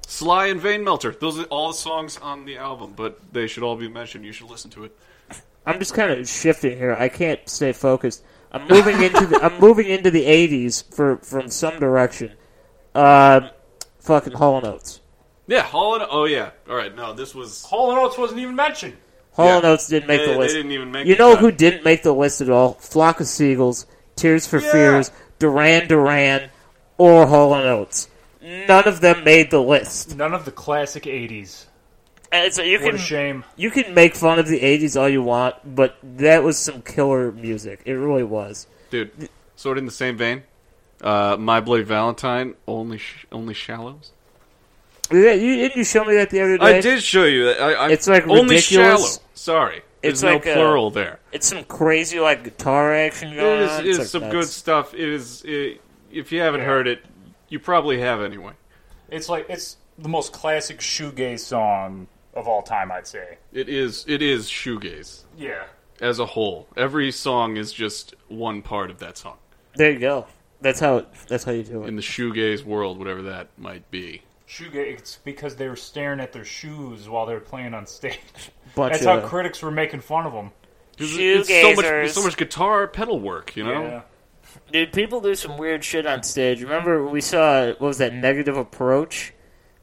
Sly and Vein Melter. Those are all the songs on the album, but they should all be mentioned. You should listen to it. I'm just kind of shifting here. I can't stay focused. I'm moving into the I'm moving into the '80s for from some direction. Um, fucking Hall and Oates. Yeah, Hall and Oh yeah. All right. No, this was Hall and Oates wasn't even mentioned. Hall Yeah. and Oates didn't make They- the they list. didn't even make You the know cut. who didn't make the list at all? Flock of Seagulls, Tears for Yeah. Fears, Duran Duran, or Hall and Oates. none of them made the list. None of the classic '80s. And so you What can a shame. you can make fun of the '80s all you want, but that was some killer music. It really was. dude. Sort of in the same vein. Uh, My Bloody Valentine, only sh- only shallows. Yeah, you, didn't you show me that the other day? I did show you that. I, I, It's, like, only ridiculous. shallow. Sorry, there's It's no like, uh, plural there. It's some crazy like guitar action It going is, on. it is Ah, like, some good nuts. stuff. It is. It, if you haven't heard it, you probably have anyway. It's like it's the most classic shoegaze song of all time, I'd say. It is. It is shoegaze Yeah. as a whole. Every song is just one part of that song There you go. That's how. That's how you do it. in the shoegaze world, whatever that might be. Shoegaze. It's because they were staring at their shoes while they were playing on stage. Bunch That's how of- critics were making fun of them. 'Cause it's so much. There's Shoegazers. so much guitar pedal work. You know. Yeah. Dude, people do some weird shit on stage. Remember, we saw what was that negative approach?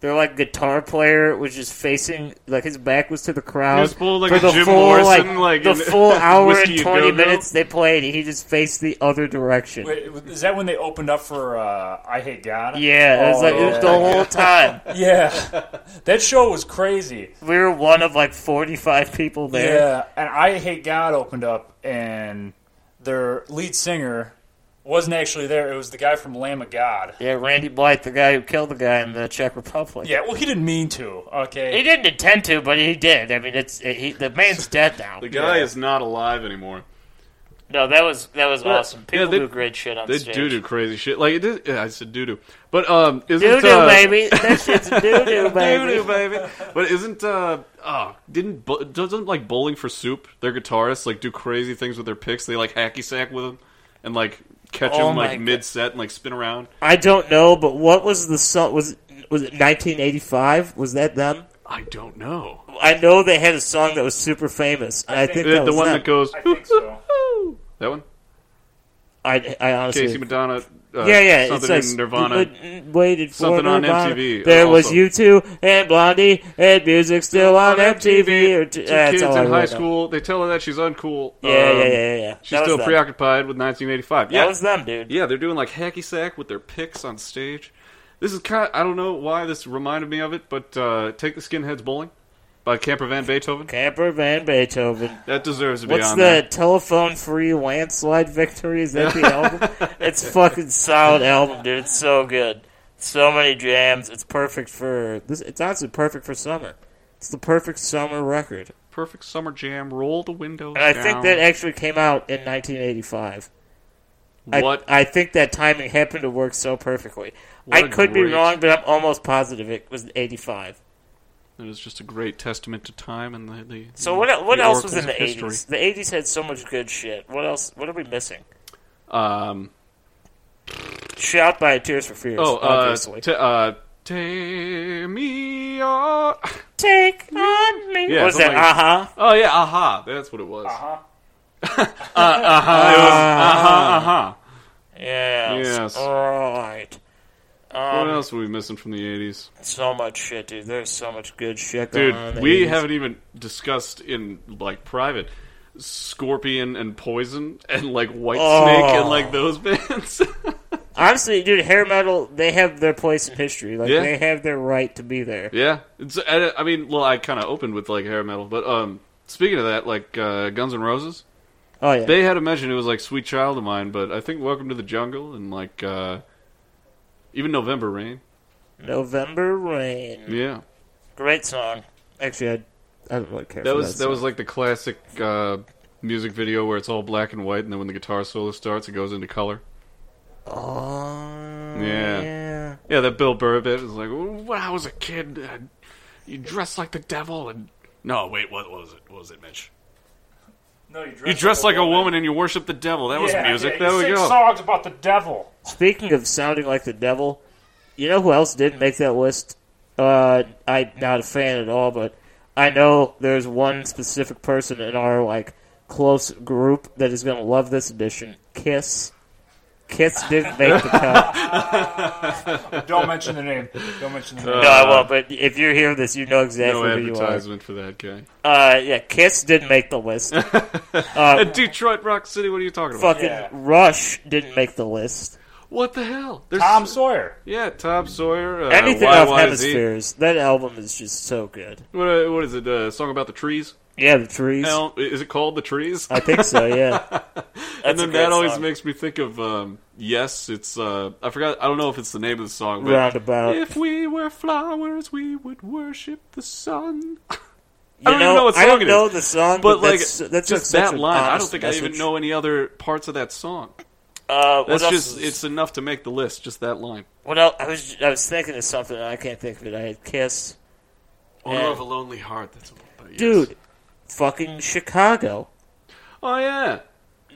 Their like guitar player was just facing like his back was to the crowd He was full, like, for a the Jim full Morrison, like, like, the in- full hour Whiskey and a twenty Go-Go. minutes they played. He just faced the other direction. Wait, is that when they opened up for uh, "I Hate God"? Yeah, it was Oh, like yeah. the whole time yeah. That show was crazy. we were one of like forty-five people there. Yeah, and I Hate God opened up, and their lead singer wasn't actually there. It was the guy from Lamb of God. Yeah, Randy Blythe, the guy who killed the guy in the Czech Republic. Yeah, well, he didn't mean to. He Okay, didn't intend to, but he did. I mean, it's it, he, the man's dead now. The guy is not alive anymore. No, that was that was awesome. People they- do great shit on They stage. do do crazy shit. Like it is, yeah, I said doo doo, but um, isn't Doo doo, uh, baby. That shit's doo doo, doo-doo, baby. baby? But isn't uh, oh, didn't Bo- doesn't like bowling for soup? Their guitarists like do crazy things with their picks. They like hacky sack with them and like catch Oh them my like God. mid set and like spin around. I don't know, but what was the song? Was it- was it 1985? Was that them? I don't know. I know they had a song that was super famous. and I think, The, that was one them. that goes I think so. that one. I, I honestly. Casey Madonna. Uh, yeah, yeah, Something it's like in Nirvana. wait- Waited for Something on Nirvana. MTV There was also. U2 and Blondie and music still on MTV. Or two t- that's kids all I in high really know. school. They tell her that she's uncool. Yeah, yeah, Um, yeah, yeah, yeah. She's That was still them. preoccupied with 1985. Yeah, That was them, dude. Yeah, they're doing like hacky sack with their picks on stage. This is kind. Of, I don't know why this reminded me of it, but uh, take the Skinheads Bowling by Camper Van Beethoven. Camper Van Beethoven. That deserves to be What's on the there. telephone free landslide victory? Is that the album? It's fucking solid album, dude. It's so good. So many jams. It's perfect for this. It's honestly perfect for summer. It's the perfect summer record, perfect summer jam. Roll the windows and I down. think that actually came out in 1985. I- what I, think that timing happened to work so perfectly. What I a could be great- wrong, but I'm almost positive it was 85. it is just a great testament to time and the. the So what? What the else was oracles in the of history. 80s? The 80s had so much good shit. What else? What are we missing? Um. Shout by Tears for Fears. Oh, uh, obviously. t- uh, take me on. Take on me. Yeah, What was that? something Uh like- huh. Oh yeah, aha! That's what it was. Uh-huh. Yes. Yes. Right. Um, what else were we missing from the '80s? So much shit, dude. There's so much good shit going Dude, on. in Uh, the we 80s. haven't even discussed in like private Scorpion and Poison and like White Snake and like those bands. Honestly, dude, hair metal, they have their place in history. Like, Yeah. they have their right to be there. yeah, it's, I, I mean, well, I kind of opened with like hair metal, but um, speaking of that, like uh, Guns N' Roses, Oh, yeah. they had a mention. It was like Sweet Child of Mine, but I think Welcome to the Jungle and like uh, even November Rain. November Rain. Yeah, Great song. Actually, I, I don't really care. that for was that, that was like the classic uh, music video where it's all black and white, and then when the guitar solo starts, it goes into color. Oh, Yeah. yeah. Yeah, that Bill Burr bit was like, "Well, when I was a kid, uh, you dressed like the devil and. No, wait, what was it? What was it, Mitch? No, you dressed, You dressed like a woman and you worship the devil. That was Yeah, music. yeah, you there we sing go. Songs about the devil. Speaking of sounding like the devil, you know who else didn't make that list? Uh, I'm not a fan at all, but I know there's one specific person in our like close group that is going to love this edition. Kiss. Kiss didn't make the cut. Don't mention the name. Don't mention the name. no, I won't. But if you hear this, you know exactly No who you are. advertisement for that guy. Uh, yeah, Kiss didn't make the list. At Detroit Rock Uh, City, what are you talking about? Fucking Rush didn't make the list. What the hell? There's Tom Sawyer. Yeah, Tom Sawyer. Uh, Anything Why, off Why Is He? Hemispheres. That album is just so good. What, uh, what is it? Uh, song about the trees? Yeah, the trees. Hell, is it called the trees? I think so. Yeah. and then a great that always song. makes me think of um, yes, it's uh, I forgot. I don't know if it's the name of the song, but Roundabout. If we were flowers, we would worship the sun. You I don't even know what I song don't it know is. the song, But, like that's, that's just such that an line, I don't honest think I even message. know any other parts of that song. Uh, what That's else just is- it's enough to make the list. Just that line. What else? I was I was thinking of something and I can't think of it. I had Kiss, Owner Yeah. of a lonely heart. That's all. Yes. dude. Fucking Chicago. Oh yeah.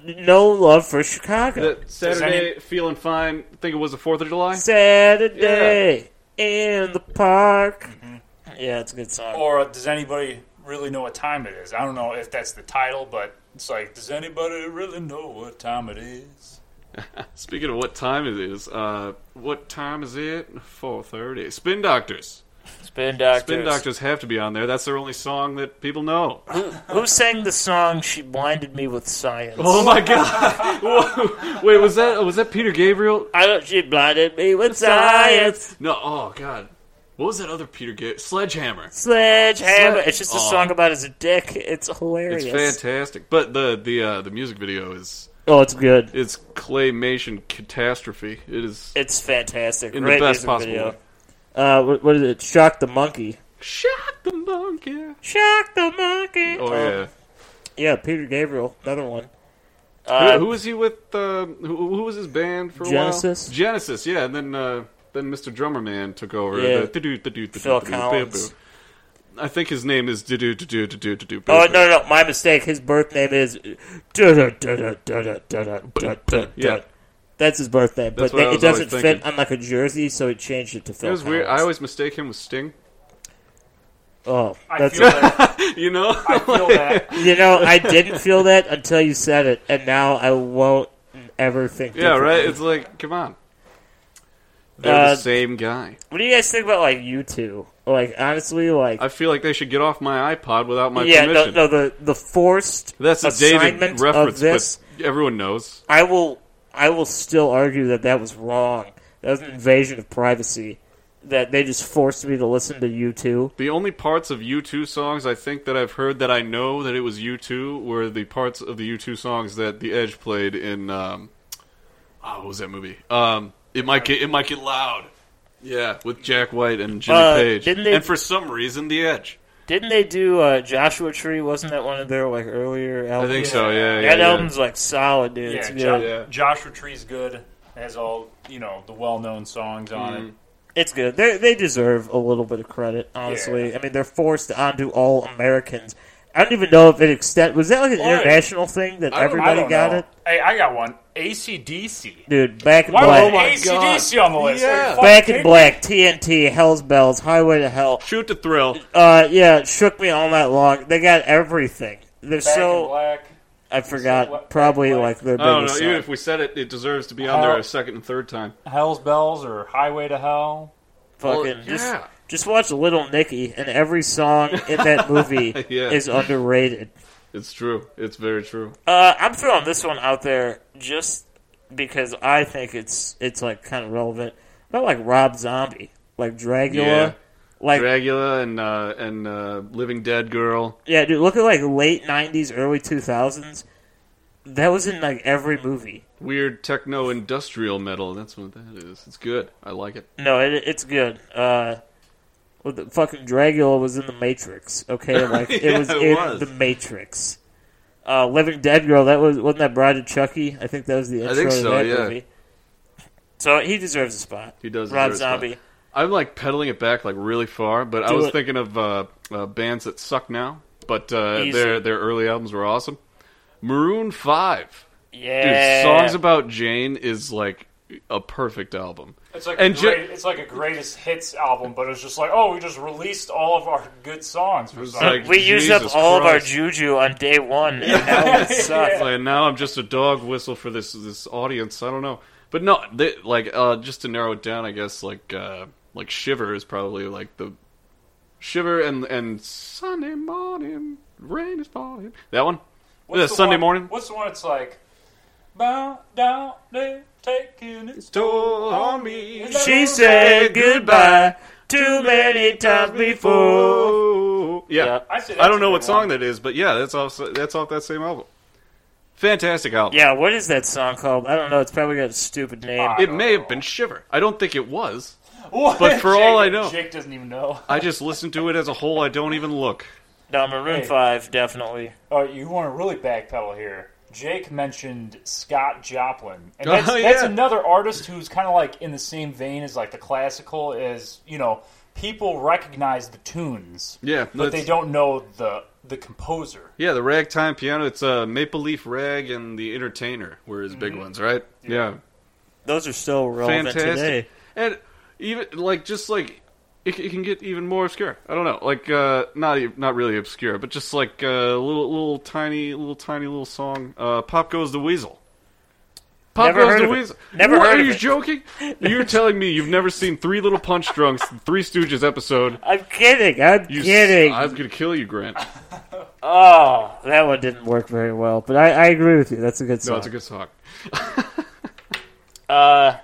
No love for Chicago. That Saturday, feeling fine. I think it was the Fourth of July. Saturday in the park. Mm-hmm. Yeah, it's a good song. Oh, Or does anybody really know what time it is? I don't know if that's the title, but it's like, does anybody really know what time it is? Speaking of what time it is, uh, what time is it? Four thirty. Spin Doctors. Spin Doctors. Spin Doctors have to be on there. That's their only song that people know. Who sang the song "She Blinded Me with Science"? Oh my god! Whoa. Wait, was that was that Peter Gabriel? I don't. She blinded me with science. Science. No. Oh god. What was that other Peter Gabriel? Sledgehammer. Sledgehammer. Sledge- It's just a Aw. song about his dick. It's hilarious. It's fantastic. But the the uh, the music video is Oh, it's good. it's claymation catastrophe. It is It's fantastic. in Great the music best possible video. way. Uh, what, what is it? Shock the monkey. Shock the monkey. Shock the monkey. Oh Uh, yeah. yeah. Peter Gabriel, another one. Who- Uh, who was he with? Uh, who, who was his band for a Genesis? while? Genesis, yeah. And then uh, then Mr. Drummer Man took over. Yeah. The do-do, do-do, do-do, Phil do-do, boo-boo. Collins. I think his name is do do do do do do do. oh no, no, no, my mistake. His birth name is. Yeah, That's his birth name, That's but what I it was doesn't fit always thinking. on like a jersey, so he changed it to Phil. it was weird. I Collins. always mistake him with Sting. Oh, that's You know, Feel that. you know, I didn't feel that until you said it, and now I won't ever think. yeah, right. differently. It's like, come on, they're Uh, the same guy. What do you guys think about like you two? Like honestly, like I feel like they should get off my iPod without my yeah, no, permission. no, the the forced That's a assignment dated reference, of this. but everyone knows. I will, I will still argue that that was wrong. That was an invasion of privacy. That they just forced me to listen to you two. The only parts of U2 songs I think that I've heard that I know that it was U2 were the parts of the U2 songs that The Edge played in. Um, oh, what was that movie? Um, it might get it might get loud. Yeah, with Jack White and Jimmy Uh, Page, didn't they- and for some reason The Edge. Didn't they do uh, Joshua Tree? Wasn't that one of their like earlier I albums? think so. Yeah, yeah. that yeah. album's like solid, dude. Yeah, it's Jo- good. Yeah. Joshua Tree's good. Has all you know the well-known songs on Mm. it. It's good. They they deserve a little bit of credit, honestly. I mean, they're forced onto all Americans. I don't even know if it extend was that like an international thing that don't- everybody I don't got know. it, Hey, I got one. ACDC. dude. Back in Why black, was ACDC on the list? Oh Yeah. Are you back fucking in black, TNT, Hell's Bells, Highway to Hell. Shoot the thrill. Uh, yeah, shook me all night long. They got everything. They're Back in so black. I forgot. Black- probably Black. like their I don't know. biggest. Even song. if we said it, it deserves to be on there a second and third time. Hell's Bells or Highway to Hell. Fucking Well, just yeah. just watch Little Nicky, and every song in that movie Yeah. is underrated. It's true. It's very true. Uh, I'm throwing this one out there just because I think it's it's like kind of relevant. About like Rob Zombie, like Dracula, Yeah. like Dracula and uh, and uh, Living Dead Girl. yeah, dude. Look at like late '90s, early 2000s. That was in like every movie. Weird techno industrial metal. That's what that is. It's good. I like it. No, it, it's good. Uh, well, the fucking Dracula was in the Matrix. Okay, like it Yeah, was it in was. the Matrix. Uh, Living Dead Girl. That was wasn't that Bride of Chucky? I think that was the intro I think to so, that yeah. movie. So he deserves a spot. He does Rob deserve a spot. Zombie. I'm like pedaling it back like really far, but I Do was it. thinking of uh, uh, bands that suck now, but uh, Easy. their their early albums were awesome. Maroon Five, dude. Yeah. Songs about Jane is like a perfect album. It's like And a ju- great, it's like a greatest hits album, but it's just like, oh, we just released all of our good songs for It's some. like, we used up Jesus all of our Christ. juju on day one. And now it sucks. It's like, now I'm just a dog whistle for this this audience. I don't know, but no, they, like uh, just to narrow it down, I guess like uh, like Shiver is probably like the Shiver and and Sunday morning rain is falling. That one, yeah, the Sunday one- morning. What's the one? It's like, bow down, there, taking its Toll on me. She said goodbye too many times before. Yeah, I I, say that's don't a know good what song one. that is, but yeah, that's off. That's off that same album. Fantastic album. Yeah, what is that song called? I don't know. It's probably got a stupid name. it may have been Shiver. I don't think it was. What? But for all I know- Jake doesn't even know. I just listened to it as a whole. I don't even look. no, Maroon Hey. 5, definitely. All right, you want to really backpedal here. Jake mentioned Scott Joplin, and that's, Oh, that's yeah. another artist who's kind of like in the same vein as like the classical. Is you know people recognize the tunes, Yeah, but they that's- don't know the the composer. Yeah, the ragtime piano. It's uh, Maple Leaf Rag and the Entertainer were his big ones, right? Yeah, Those are still relevant fantastic. today. And even like just like it, it can get even more obscure. I don't know, like uh, not e- not really obscure, but just like a little little tiny little tiny little song. Uh, Pop goes the weasel. Pop Never goes heard the of it. weasel. Never What, heard Are of you it. joking? You're telling me you've never seen Three Little Punch Drunks, Three Stooges episode? I'm kidding. I'm You s- kidding. I'm gonna kill you, Grant. oh, that one didn't work very well, but I, I agree with you. That's a good No, song. it's a good song. Uh,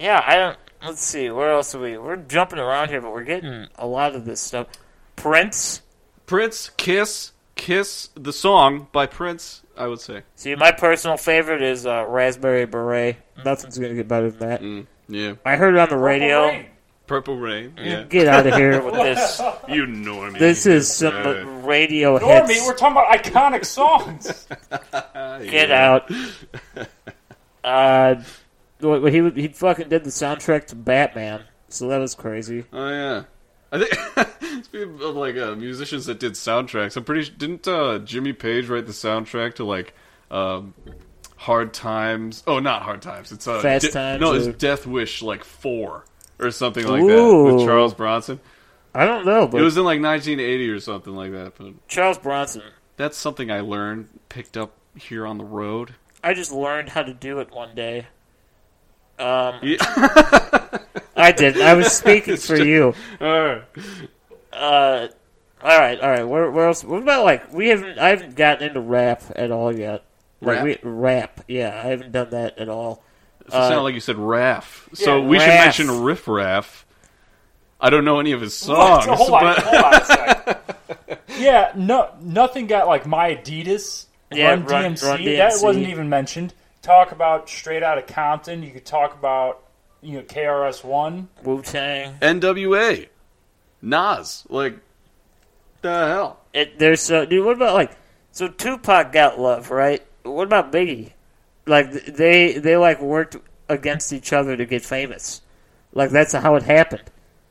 yeah, I don't. Let's see. Where else are we? We're jumping around here, but we're getting a lot of this stuff. Prince. Prince, Kiss, Kiss, the song by Prince. I would say. See, my personal favorite is uh, Raspberry Beret. Nothing's gonna get better than that. Mm, Yeah, I heard it on the radio. Rain. Purple Rain. Yeah, Get out of here with this. you normie. This is some Yeah. radio Normie, hits. we're talking about iconic songs. Get out. uh, what- what he he fucking did the soundtrack to Batman, so that was crazy. Oh yeah, I think speaking of like uh, musicians that did soundtracks, I'm pretty. su- Didn't uh, Jimmy Page write the soundtrack to like um, Hard Times? Oh, not Hard Times. It's uh, Fast De- Times No, or- it's Death Wish like four or something like that Ooh. with Charles Bronson. I don't know, It but was in like 1980 or something like that. But Charles Bronson. that's something I learned, picked up here on the road. I just learned how to do it one day. Um, Yeah. I did. I was speaking for you. Alright. Uh, all right, all right. Where, where else? What about like we haven't? I haven't gotten into rap at all yet. Like Rap? we, rap. Yeah, I haven't done that at all. It sounded like you said Raff. So Uh, yeah, we should Raff. mention Riff Raff. I don't know any of his What? songs, So Oh, hold on, but hold on a second. Yeah, no, nothing got like my Adidas, Yeah, Run, Run- DMC, Run That DMC. wasn't even mentioned. Talk about straight out of Compton. You could talk about you know KRS One. Wu Tang. NWA, Nas, like the hell. There's so dude. What about like? So Tupac got love, right? What about Biggie? Like th- they they like worked against each other to get famous. Like that's how it happened.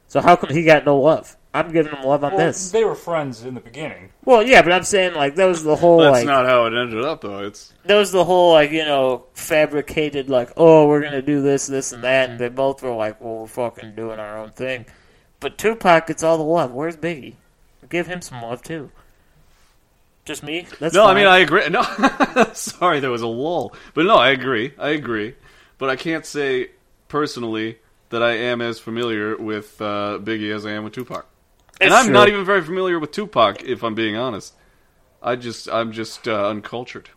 So how come he got no love? I'm giving him love on Well, this. they were friends in the beginning. Well, yeah, but I'm saying like that was the whole That's like not how it ended up, though. It's that was the whole like you know fabricated like oh we're gonna do this this and that and they both were like well we're fucking doing our own thing, but Tupac gets all the love. Where's Biggie? Give him some love too. Just me? That's no. I fine. mean, I agree. No, sorry, there was a lull, but no, I agree. I agree, but I can't say personally that I am as familiar with uh, Biggie as I am with Tupac, and It's I'm not true. even very familiar with Tupac. If I'm being honest, I just I'm just uh, uncultured.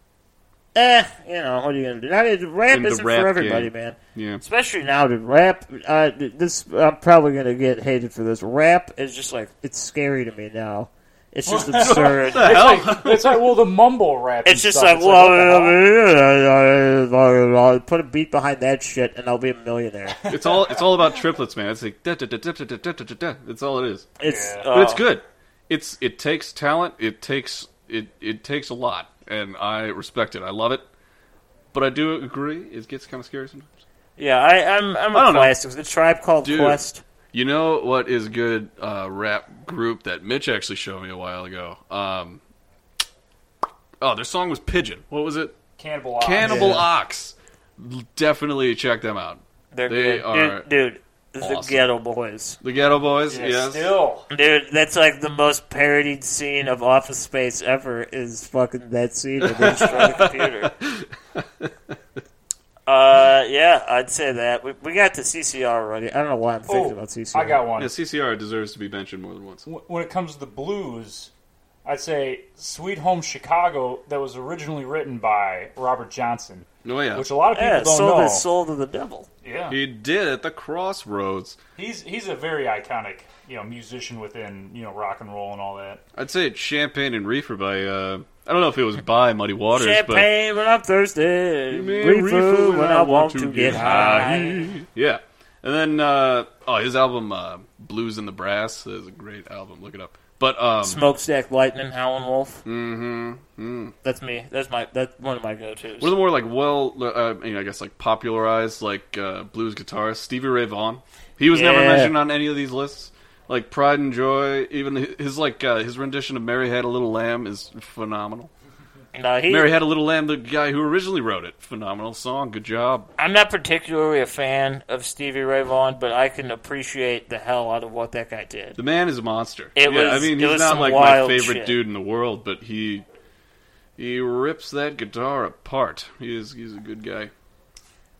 eh, you know what are you gonna do? I mean, rap In the isn't rap for everybody, game. man. Yeah, Especially now, dude. Rap. Uh, this I'm probably gonna get hated for this. Rap is just like it's scary to me now. It's just absurd. It's like well, the mumble rap. and It's just stuff. like, It's well, uh, what the hell? put a beat behind that shit, and I'll be a millionaire. it's all it's all about triplets, man. It's like da da da da da da da da da. That's all it is. It's Yeah. But it's uh, good. It's it takes talent. It takes it it takes a lot, and I respect it. I love it. But I do agree, it gets kind of scary sometimes. Yeah, I, I'm I'm I a don't know. classic. The tribe called Dude. Quest. You know what is a good uh, rap group that Mitch actually showed me a while ago? Um, oh, their song was Pigeon. What was it? Cannibal. Oh, Ox. Cannibal Ox. Definitely check them out. They're They good. are dude, dude the awesome. Ghetto Boys. The Ghetto Boys. Yeah, yes. Still, Dude, that's like the most parodied scene of Office Space ever. Is fucking that scene of them destroying the computer. Uh, yeah, I'd say that we, we got to CCR already. I don't know why I'm thinking Oh, about CCR. I got one. Yeah, CCR deserves to be mentioned more than once. Wh- When it comes to the blues, I'd say "Sweet Home Chicago" that was originally written by Robert Johnson. Oh yeah, which a lot of people Yeah, don't sold know. his soul to the devil. Yeah, he did at the crossroads. he's he's a very iconic you know musician within you know rock and roll and all that. I'd say it's Champagne and Reefer by. Uh, I don't know if it was by Muddy Waters, Champagne when I'm thirsty, but reefer, when I want to get high. Yeah, and then uh, oh, his album uh, Blues and the Brass is a great album. Look it up. But um, Smokestack Lightning, Howlin' Wolf. Mm-hmm. That's me. That's my. That's one of my go-tos. One of the more like well, uh, you know, I guess like popularized like uh, blues guitarist Stevie Ray Vaughan. He was never Yeah. mentioned on any of these lists. Like Pride and Joy, even hi- his like uh, his rendition of "Mary Had a Little Lamb" is phenomenal. Now, uh, he- "Mary Had a Little Lamb," the guy who originally wrote it, phenomenal song. Good job. I'm not particularly a fan of Stevie Ray Vaughan, but I can appreciate the hell out of what that guy did. The man is a monster. It yeah, was- I mean, it he's was not some like wild my favorite shit. dude in the world, but he he rips that guitar apart. He is he's a good guy.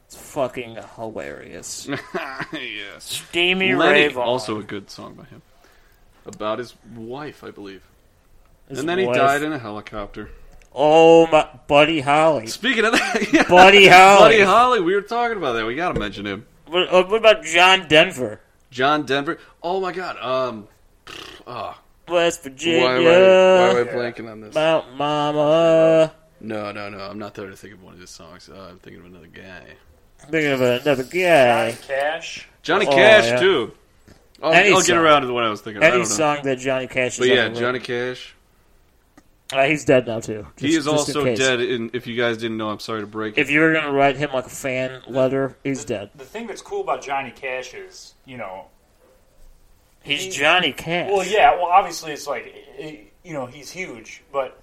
It's fucking hilarious. yes. Stevie Ray Lenny, Vaughan. also a good song by him about his wife, I believe. His and then wife. he died in a helicopter. Oh my, Buddy Holly. Speaking of that, yeah, Buddy Holly. Buddy Holly, we were talking about that. We got to mention him. What, uh, what about John Denver, John Denver. Oh my God. Um. ah, West Virginia, why, am I, why am I blanking on this? Mount Mama? No, no, no. I'm not there to think of one of his songs. Uh, I'm thinking of another guy. Thinking of another guy. Cash. Johnny Oh, Cash yeah. too. I'll, Any I'll get song. around to the one I was thinking. of. I Any don't know. song that Johnny Cash is But yeah, Johnny Cash. Uh, he's dead now too. He is also dead. In, if you guys didn't know, I'm sorry to break it. If you were gonna write him like a fan letter, he's dead. The thing that's cool about Johnny Cash is you know He's Johnny Cash. Well, yeah. Well, obviously, it's like i- i- you know he's huge, but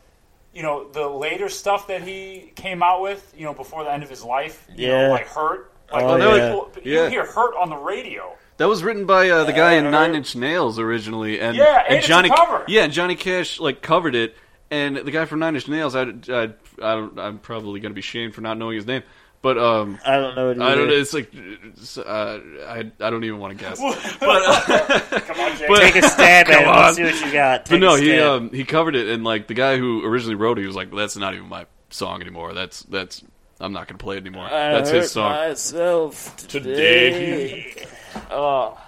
you know the later stuff that he came out with, you know, before the end of his life, you Yeah. know, like hurt. Like, Oh, people- yeah. people- you Yeah. hear hurt on the radio. That was written by uh, the guy in Nine Inch Nails originally, and Yeah, and it's a Johnny, cover. yeah, and Johnny Cash like covered it, and the guy from Nine Inch Nails, I, I, I don't, I'm probably gonna be shamed for not knowing his name, but um, I don't know. What I don't know, know. it's like, it's, uh, I, I don't even want to guess, Come on, Jay. but, Take a stab at it. Come Let's see on. what you got. but Take a no, he stab. um, he covered it, and like the guy who originally wrote it, he was like, that's not even my song anymore. That's that's I'm not gonna play it anymore. I that's hurt his song. Myself today. Today. Oh,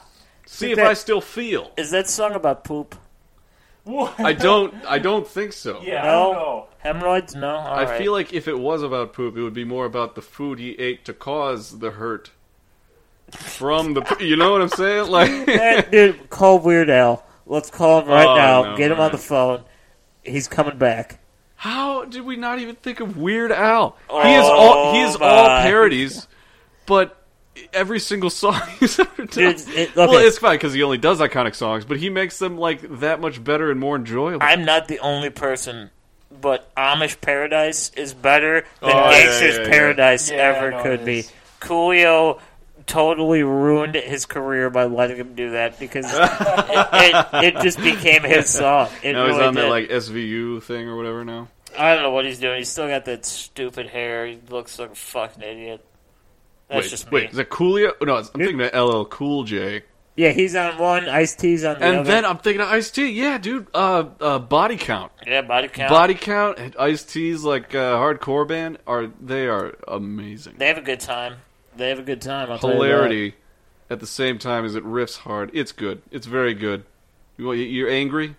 See if that- I still feel. is that song about poop? I don't. I don't think so. yeah, I No. don't know. Hemorrhoids? No. All I right. feel like if it was about poop, it would be more about the food he ate to cause the hurt from the. You know what I'm saying? Like, Hey, Eh, dude, call Weird Al. Let's call him right Oh, now. no, Get him on man. the phone. He's coming back. how did we not even think of Weird Al? he is all. He is Oh, all my. parodies, but every single song he's ever done. Dude, it- Well, okay. it's fine because he only does iconic songs, but he makes them like that much better and more enjoyable. I'm not the only person, but Amish Paradise is better than Oh, yeah, Gangster's yeah, yeah. Paradise Yeah, ever no, could it be. is. Coolio totally ruined his career by letting him do that because it, it, it just became his song. It now he's really on did. that like SVU thing or whatever now. I don't know what he's doing. He's still got that stupid hair. He looks like a fucking idiot. That's wait, just me. wait, is that Coolio? No, I'm thinking of LL Cool J. Yeah, he's on one. Ice T's on the And other. then I'm thinking of Ice T. Yeah, dude. Uh, uh, body count, yeah, body count. body count, and Ice T's like uh, hardcore band are they are amazing. They have a good time. They have a good time. I'll tell you that. Hilarity at the same time as it riffs hard. It's good. It's very good. You, you're angry?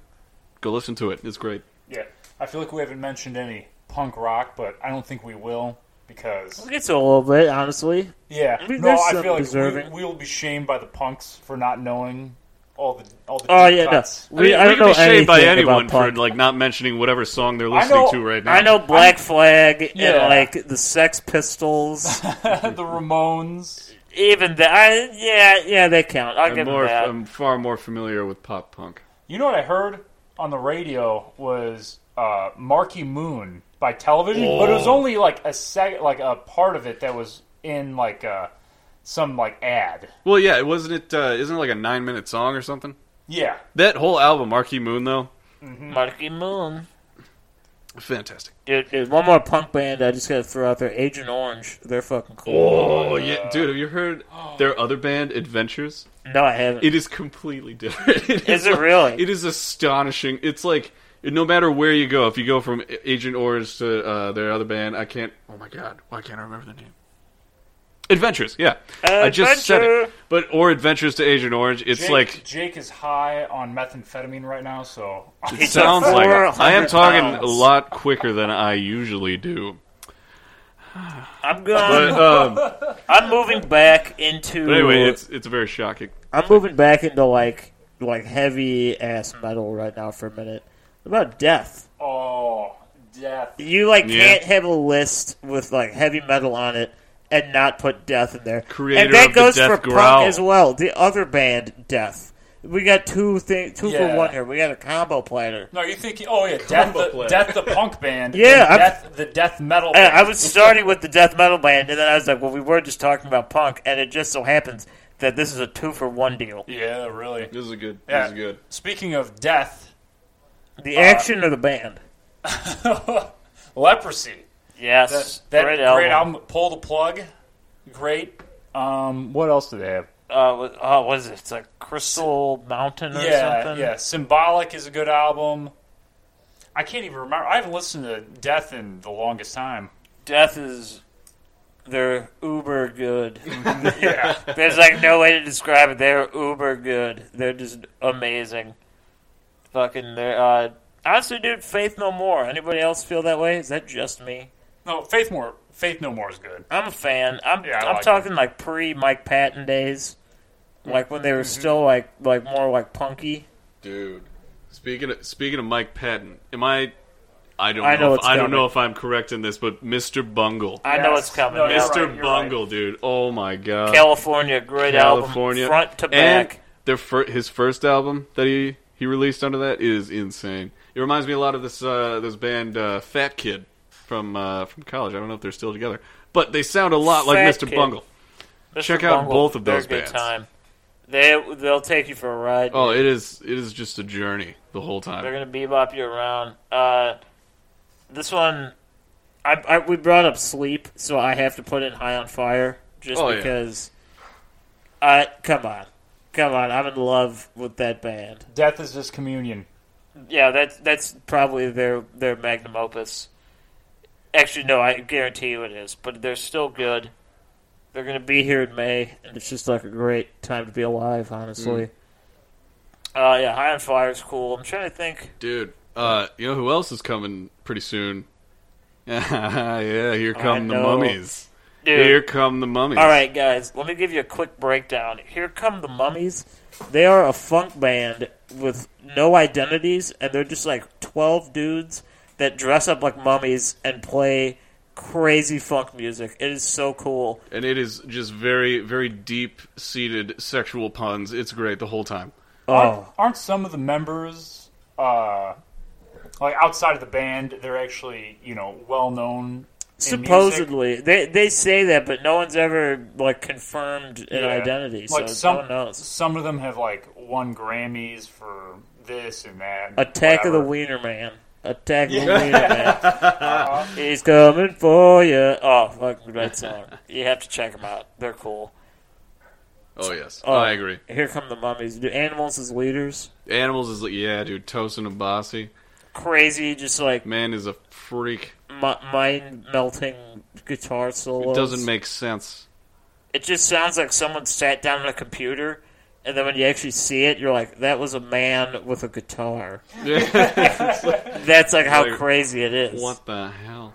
Go listen to it. It's great. Yeah, I feel like we haven't mentioned any punk rock, but I don't think we will because It gets a little bit, honestly. yeah, mean, no, there's I some feel deserving. like we, we will be shamed by the punks for not knowing all the all the. Oh deep yeah, no. cuts. We, I I, mean, we don't know could be shamed by anything anyone about for punk. like not mentioning whatever song they're listening know- to right now. I know Black Flag Yeah. and like the Sex Pistols. the Ramones. Even that, I, yeah, yeah, they count. I'll I'm give more. them that. I'm far more familiar with pop punk. You know what I heard on the radio was uh, Marky Moon by television, but it Oh. was only like a sec- like a part of it that was in like uh, some like ad. Well, yeah, wasn't it? Uh, isn't it like a nine minute song or something? Yeah, That whole album, Marquee Moon, though, Marky Moon. fantastic. Dude, dude, one more punk band I just gotta throw out there. Agent Orange. They're fucking cool. Oh yeah, dude! Have you heard their other band, Adventures? No, I haven't. It is completely different. It Is it really? It is astonishing. It's like no matter where you go, if you go from Agent Orange to uh, their other band, I can't. Oh my god, why can't I remember the name? Adventures, yeah, I just said it. Adventure. But or Adventures to Agent Orange, it's Jake, like Jake is high on methamphetamine right now, so He it sounds took like 400 it. I am talking a pounds. lot quicker than I usually do. I'm going. But, um, I'm moving back into. but anyway, it's it's very shocking. I'm moving back into like like heavy ass metal right now for a minute. What about death? oh, death. You like Yeah. can't have a list with like heavy metal on it and not put death in there. Creator and that of the goes death for growl. punk as well. The other band, Death. We got two thing, two Yeah. for one here. We got a combo platter. No, you think? Oh yeah, death Combo the, player. death the punk band. Yeah, and I'm- death the death metal. I, Band. Uh, I was starting with the death metal band, and then I was like, "Well, we were just talking about punk," and it just so happens that this is a two for one deal. yeah, really. This is good. Yeah. is good. Speaking of death, The action of the band. leprosy. Yes, That great great album. album. Pull the plug. Great. Um, what else do they have? uh, what, uh, what is it? It's like Crystal Mountain or yeah, something. yeah. Symbolic is a good album. I can't even remember. I haven't listened to Death in the longest time. Death is they're uber good. yeah, there's like no way to describe it. They're uber good. They're just amazing. Fucking, they're uh, honestly, dude. Faith No More. Anybody else feel that way? Is that just me? No, Faith More. Faith No More is good. I'm a fan. I'm Yeah, I I'm like talking like pre Mike Patton days, like when they were Mm-hmm. still like like more like punky. Dude, speaking of, speaking of Mike Patton, am I? I don't I know. know if, it's I don't coming. know if I'm correct in this, but Mr. Bungle, I know Yes. it's coming. No, yeah. you're Mr. right, you're Bungle, dude. Oh my god, California, great California, album, front to and back. Their fir- his first album that he he released under that is insane. It reminds me a lot of this uh, this band uh, Fat Kid from uh, from college. I don't know if they're still together, but they sound a lot like Fat Mr. Kid. Bungle. Mr. Check out Bungle, both of they're a those good bands. Time. They they'll take you for a ride. Oh, it is it is just a journey the whole time. They're gonna bebop you around. Uh, this one, I, I we brought up sleep, so I have to put in high on fire just Oh, yeah. because. I come on, come on! I'm in love with that band. Death is just communion. Yeah, that's that's probably their their magnum opus. Actually, no, I guarantee you it is. But they're still good. They're going to be here in May, and it's just like a great time to be alive, honestly. Uh, yeah, High on Fire is cool. I'm trying to think. Dude, uh, you know who else is coming pretty soon? yeah, here come the know. mummies. Dude, Here come the mummies. all right, guys, let me give you a quick breakdown. Here come the Mummies. They are a funk band with no identities, and they're just like twelve dudes that dress up like mummies and play crazy funk music. It is so cool. And it is just very, very deep seated sexual puns. It's great the whole time. Oh, Aren't some of the members, uh, like outside of the band, they're actually you know well known. supposedly they they say that, but no one's ever like confirmed an identity. So like some no one knows. some of them have like won Grammys for this and that. Attack of the whatever. Wiener Man. Attack of the Wiener Man. He's coming for you. Oh, fuck, great song. You have to check them out. They're cool. Oh, yes. I agree. Here come the mummies. Do animals as leaders? Animals is like, yeah, dude. Tosin and Bossy. Crazy, just like Man is a freak. m- mind melting guitar solos. It doesn't make sense. It just sounds like someone sat down on a computer, and then when you actually see it, you're like, that was a man with a guitar. That's like how Like, crazy it is. What the hell?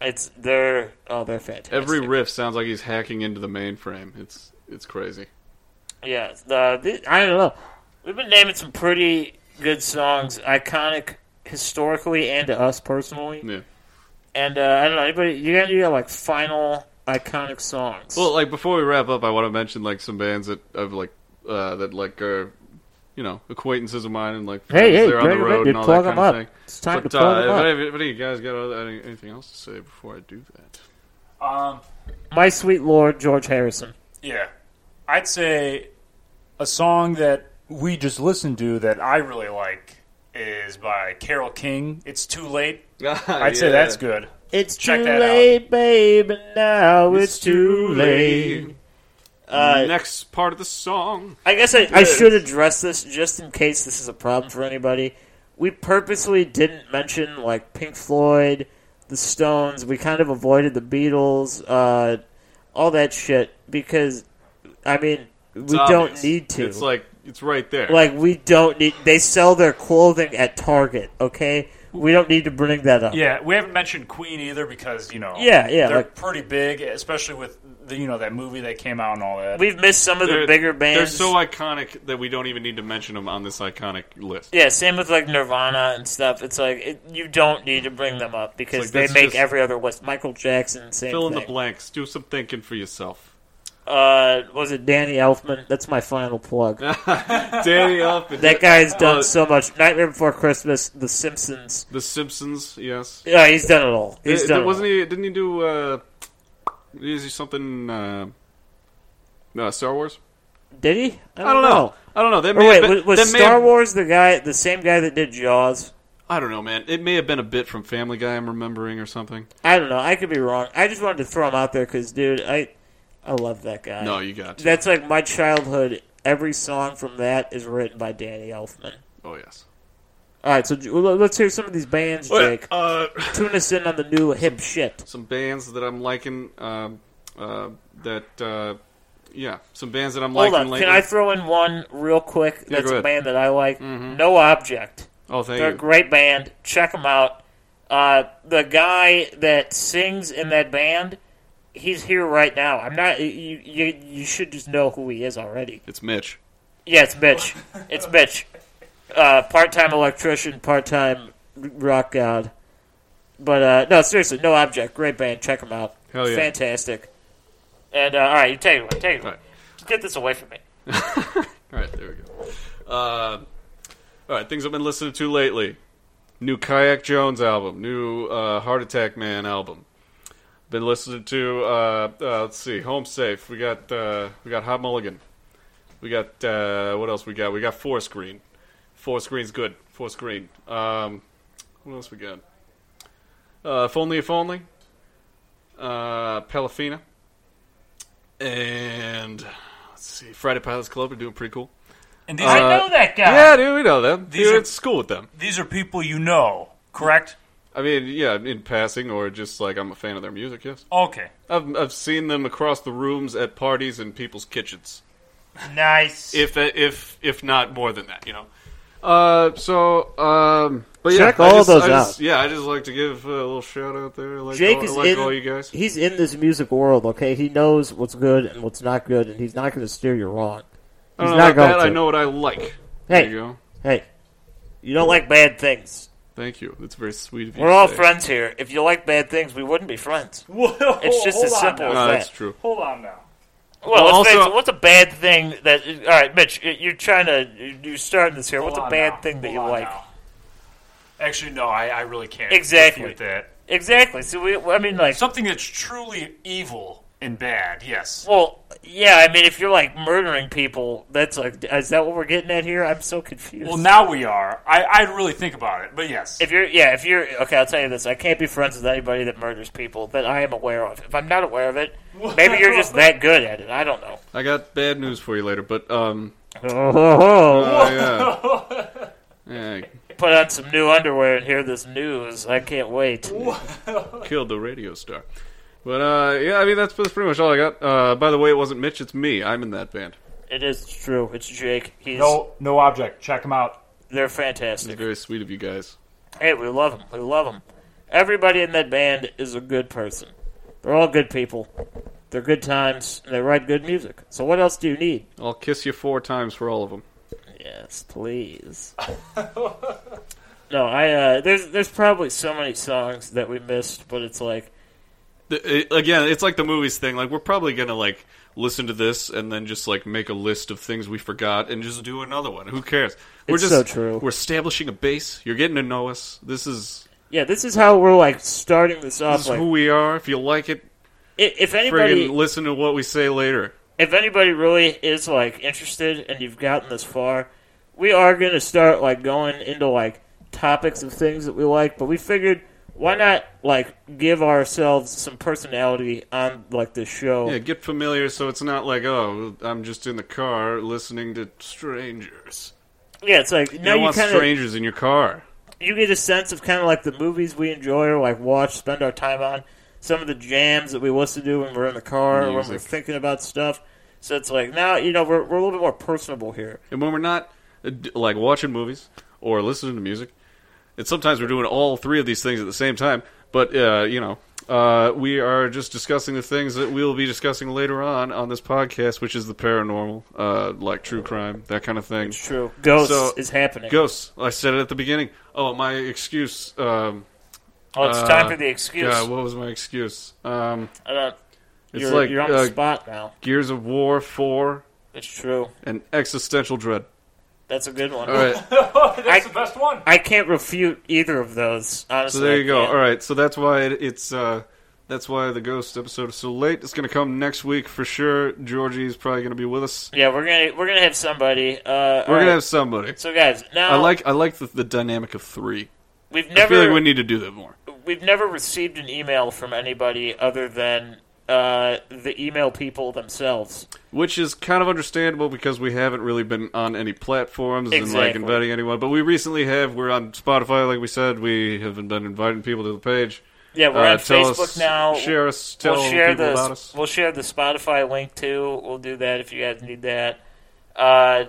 It's they're oh they're fantastic. Every riff sounds like he's hacking into the mainframe. It's it's crazy. yeah, the, the- I don't know. We've been naming some pretty good songs, iconic historically and to us personally. Yeah. And uh, I don't know anybody. You got any like final iconic songs? Well, like before we wrap up, I want to mention like some bands that I've like uh, that like are you know acquaintances of mine and like Hey, friends, hey, they're on the bring 'em in, road dude. and all Plug that 'em kind of up. thing. It's time but, to plug 'em uh, up. If any- if any of you guys got other, any- anything else to say before I do that? Um, My sweet lord, George Harrison. yeah, I'd say a song that we just listened to that I really like is by Carol King. It's too late. Oh, I'd say that's good. It's Check too that out. late, baby. Now it's, too late. Uh, Next part of the song. I guess I, I should address this just in case this is a problem for anybody. we purposely didn't mention like Pink Floyd, the Stones. We kind of avoided the Beatles, uh, all that shit because I mean we It's obvious. don't need to. It's like it's right there. Like we don't need. They sell their clothing at Target. Okay, we don't need to bring that up. Yeah, we haven't mentioned Queen either because you know. Yeah, yeah, They're like- pretty big, especially with the you know that movie that came out and all that. We've missed some of the They're- bigger bands. They're so iconic that we don't even need to mention them on this iconic list. yeah, same with like Nirvana and stuff. It's like it, you don't need to bring them up because like, they that's make just- every other list. Michael Jackson, same Fill in thing. the blanks. Do some thinking for yourself. Uh, was it Danny Elfman? That's my final plug. Danny Elfman. that guy's done Uh, so much. Nightmare Before Christmas, The Simpsons. The Simpsons. Yes. Yeah, he's done it all. He's done. Th- th- it all. wasn't he? Didn't he do? Uh, is he something? Uh, uh, Star Wars. Did he? I don't know. I don't know. That Or may have wait, been, was, was that may Star have- Wars the guy, the same guy that did Jaws? I don't know, man. It may have been a bit from Family Guy. I'm remembering or something. I don't know. I could be wrong. I just wanted to throw him out there because, dude, I I love that guy. No, you got. To. that's like my childhood. Every song from that is written by Danny Elfman. oh yes. All right, so j- well, let's hear some of these bands, Jake. Uh, Tune us in on the new hip shit. some bands that I'm liking. Um, uh, that uh, yeah, some bands that I'm Hold liking on, lately. can I throw in one real quick? Yeah, that's go a ahead. band that I like. No Object. oh, thank They're you. a great band. Check them out. Uh, the guy that sings in that band, he's here right now. I'm not. You, you you should just know who he is already. It's Mitch. Yeah, it's Mitch. It's Mitch. Uh, part-time electrician, part-time rock god. But uh, no, seriously, no object. Great band. Check them out. Hell yeah. Fantastic. And uh, all right, you take it away. Take it away. All right. Get this away from me. All right, there we go. Uh, all right, things I've been listening to lately: new Kayak Jones album, new uh, Heart Attack Man album. Been listening to uh, uh, let's see, Home Safe. We got uh, we got Hot Mulligan. We got uh, what else? We got we got Four Screen. Four Screen's good. Four Screen. Um, what else we got? Uh, if only, if only. Uh, Pelafina. And let's see, Friday Pilots Club are doing pretty cool. and these are, know that guy. Uh, Yeah, dude, we know them. These Dude, are- at school with them. these are people you know, correct? I mean, yeah, in passing or just like I'm a fan of their music. Yes, Okay. I've I've seen them across the rooms at parties and people's kitchens. Nice. If if if not more than that, you know. Uh, so um, but yeah, Check I all just- those I just- out. Yeah, I just like to give a little shout out there. I Like Jake all, I is like in. all you guys. He's in this music world. Okay, he knows what's good and what's not good, and he's not going to steer you wrong. I don't He's know not about going that. to. I know what I like. Hey, There you go. hey, you don't like bad things. Thank you. That's very sweet of you. We're to all say. friends here. If you like bad things, we wouldn't be friends. Whoa, It's just hold as on simple No, now. as that. Uh, that's true. Hold on now. Well, Well, let's face also- it, what's a bad thing that? All right, Mitch, you- you're trying to you're starting this here. What's Hold a on bad now. thing that Hold you on like? now. Actually, no, I, I really can't. Exactly. dispute that. Exactly. So we, I mean, like, Something that's truly evil and bad. Yes. well, yeah. I mean, if you're like murdering people, that's like, is that what we're getting at here? I'm so confused. Well, now we are. I I really think about it, but yes. if you're, yeah, if you're, okay, I'll tell you this. I can't be friends with anybody that murders people that I am aware of. If I'm not aware of it, maybe you're just that good at it. I don't know. I got bad news for you later, but um, Oh, oh, yeah. yeah, put on some new underwear and hear this news. I can't wait. killed the radio star. But uh, yeah, I mean that's, that's pretty much all I got. Uh, by the way, it wasn't Mitch; it's me. I'm in that band. It is true. It's Jake. He's No, no object. Check him out. they're fantastic. Very sweet of you guys. Hey, we love them. We love them. Everybody in that band is a good person. They're all good people. They're good times. And they write good music. So what else do you need? I'll kiss you four times for all of them. Yes, please. no, I uh, there's there's probably so many songs that we missed, but it's like The, uh, again, it's like the movies thing. Like we're probably gonna like listen to this and then just like make a list of things we forgot and just do another one. Who cares? We're It's just so true. We're establishing a base. You're getting to know us. This is yeah, this is how we're like starting this off. this is like who we are. If you like it, i- if anybody friggin' listen to what we say later. if anybody really is like interested and you've gotten this far, we are going to start like going into like topics of things that we like, but we figured why not like give ourselves some personality on like this show. Yeah, get familiar so it's not like, oh, I'm just in the car listening to strangers. yeah, it's like You now don't you want kind of strangers in your car. you get a sense of kind of like the movies we enjoy or like watch, spend our time on, some of the jams that we listen to when we're in the car or when we're Music. thinking about stuff. So it's like now you know we're we're a little bit more personable here. And when we're not uh, d- like watching movies or listening to music, and sometimes we're doing all three of these things at the same time. But uh, you know, uh, we are just discussing the things that we'll be discussing later on on this podcast, which is the paranormal, uh, like true crime, that kind of thing. It's true, ghosts So- is happening. Ghosts. I said it at the beginning. Oh, my excuse. Um, Oh, it's uh, time for the excuse. God, what was my excuse? Um, Uh, it's you're, like you're on uh, the spot now. Gears of War Four It's true. and Existential Dread. That's a good one. All right. That's I- the best one. I can't refute either of those. Honestly, So there I you go. can't. All right. So that's why it, it's uh, that's why the ghost episode is so late. It's going to come next week for sure. Georgie's probably going to be with us. Yeah, we're gonna we're gonna have somebody. Uh, We're going to have somebody. so guys. Now I like I like the, the dynamic of three. we've I feel never like we need to do that more. we've never received an email from anybody other than uh, the email people themselves. Which is kind of understandable because we haven't really been on any platforms and like Exactly. inviting anyone. But we recently have. We're on Spotify, like we said. We have been inviting people to the page. Yeah, we're Uh, on tell Facebook us- now. Share us. Tell we'll share people the about us. we'll share the Spotify link too. We'll do that if you guys need that. Uh,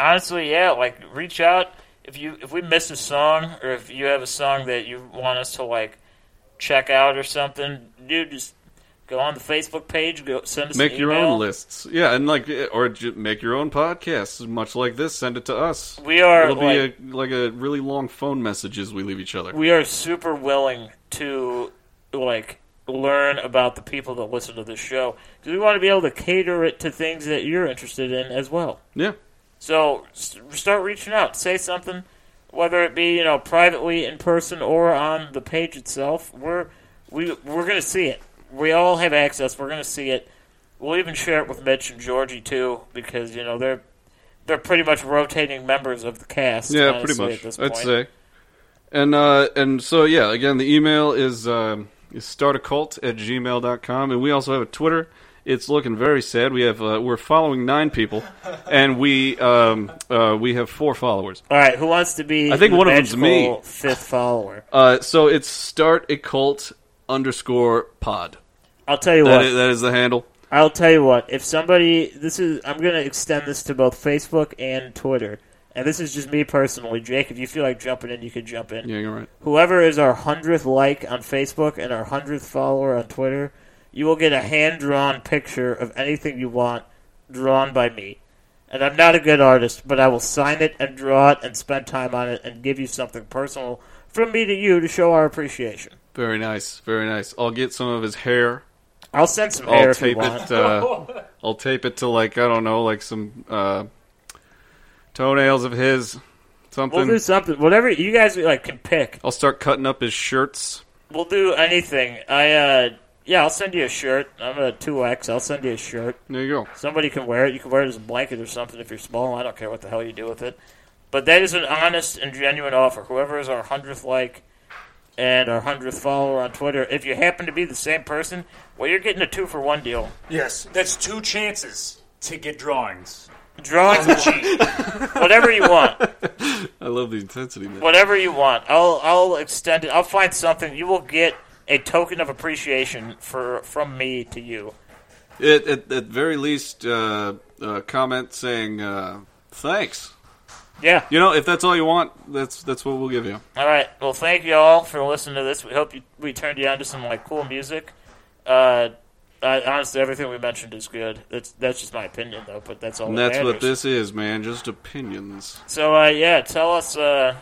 honestly, yeah, like reach out if you if we miss a song or if you have a song that you want us to like check out or something, dude, just go on the Facebook page, go send us Make an your email. own lists, yeah, and like, eh, or ju- make your own podcasts, much like this. Send it to us. We are It'll like, be a, like a really long phone messages we leave each other. we are super willing to like learn about the people that listen to this show because we want to be able to cater it to things that you're interested in as well. yeah, So s- start reaching out, say something, whether it be you know privately in person or on the page itself. We're we we're gonna see it. We all have access. We're gonna see it. We'll even share it with Mitch and Georgie too, because you know they're they're pretty much rotating members of the cast. yeah, honestly, pretty At much. this I'd point. say. And uh, and so yeah, again, the email is um, is startacult at gmail and we also have a Twitter. It's looking very sad. We have uh, we're following nine people, and we um, uh, we have four followers. All right, who wants to be? I think the one of them's magical me. Fifth follower. Uh, so it's start a cult underscore pod. I'll tell you That what. is, that is the handle. I'll tell you what. If somebody, this is, I'm going to extend this to both Facebook and Twitter. And this is just me personally, Jake. If you feel like jumping in, you can jump in. Yeah, you're right. Whoever is our hundredth like on Facebook and our hundredth follower on Twitter, you will get a hand drawn picture of anything you want, drawn by me. And I'm not a good artist, but I will sign it and draw it and spend time on it and give you something personal from me to you to show our appreciation. Very nice, very nice. I'll get some of his hair. I'll send some I'll air if you tape want. it. Uh, I'll tape it to like I don't know, like some uh, toenails of his, We'll something. do something. Whatever you guys like can pick. I'll start cutting up his shirts. We'll do anything. I uh yeah, I'll send you a shirt. I'm a two X. I'll send you a shirt. There you go. Somebody can wear it. You can wear it as a blanket or something if you're small. I don't care what the hell you do with it. But that is an honest and genuine offer. Whoever is our hundredth like and our hundredth follower on Twitter, if you happen to be the same person, well, you're getting a two for one deal. Yes, that's two chances to get drawings. Drawings and cheap. Whatever you want. I love the intensity, man. whatever you want. I'll I'll extend it. I'll find something. You will get a token of appreciation for from me to you. It, at, at very least, uh, uh, comment saying uh, thanks. Yeah. You know, if that's all you want, that's that's what we'll give you. All right. Well, thank you all for listening to this. We hope you, we turned you on to some like cool music. Uh, I, honestly, everything we mentioned is good. That's that's just my opinion though, but that's all. And that that's what matters. this is, man. Just opinions. So uh, yeah, tell us uh,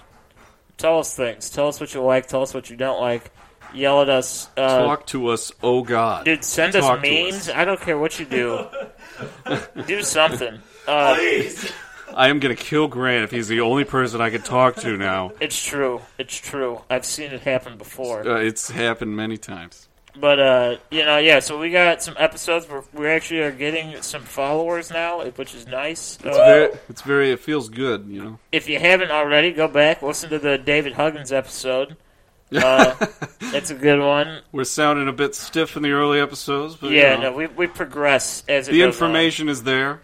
tell us things. Tell us what you like. Tell us what you don't like. Yell at us. Uh, Talk to us, oh God. Dude, send Talk us to memes. us. I don't care what you do. do something. Uh, I am gonna kill Grant if he's the only person I can talk to now. it's true. It's true. I've seen it happen before. Uh, it's happened many times. But uh, you know, yeah. So we got some episodes. We're, we actually are getting some followers now, which is nice. It's Uh, very, it's very, it feels good, you know. if you haven't already, go back listen to the David Huggins episode. Uh, that's a good one. We're sounding a bit stiff in the early episodes, but you Yeah, know, no, we we progress as it the goes on. information is there.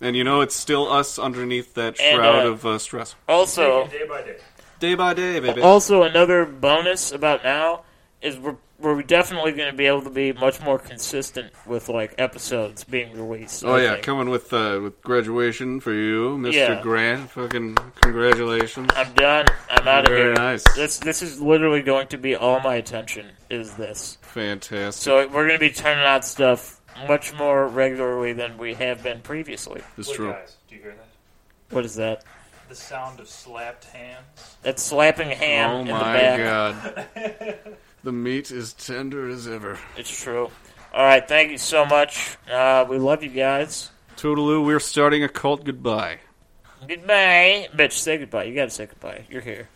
And you know, it's still us underneath that And, shroud uh, of uh, stress. Also, Day by day. Day by day, baby. also another bonus about now is we're we're definitely going to be able to be much more consistent with like episodes being released. oh I yeah, think. coming with uh, with graduation for you, Mr. Yeah. Grant. Fucking congratulations. I'm done. I'm out of Very here. nice. This this is literally going to be all my attention. Is this? Fantastic. So we're going to be turning out stuff much more regularly than we have been previously. it's Look, true. guys, do you hear that? What is that? The sound of slapped hands. That's slapping ham Oh in the my back. god. the meat is tender as ever. It's true. All right, thank you so much. Uh, we love you guys. Toodaloo, we're starting a cult goodbye. Goodbye, bitch. Say goodbye. You gotta say goodbye. You're here.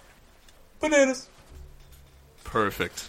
Bananas. Perfect.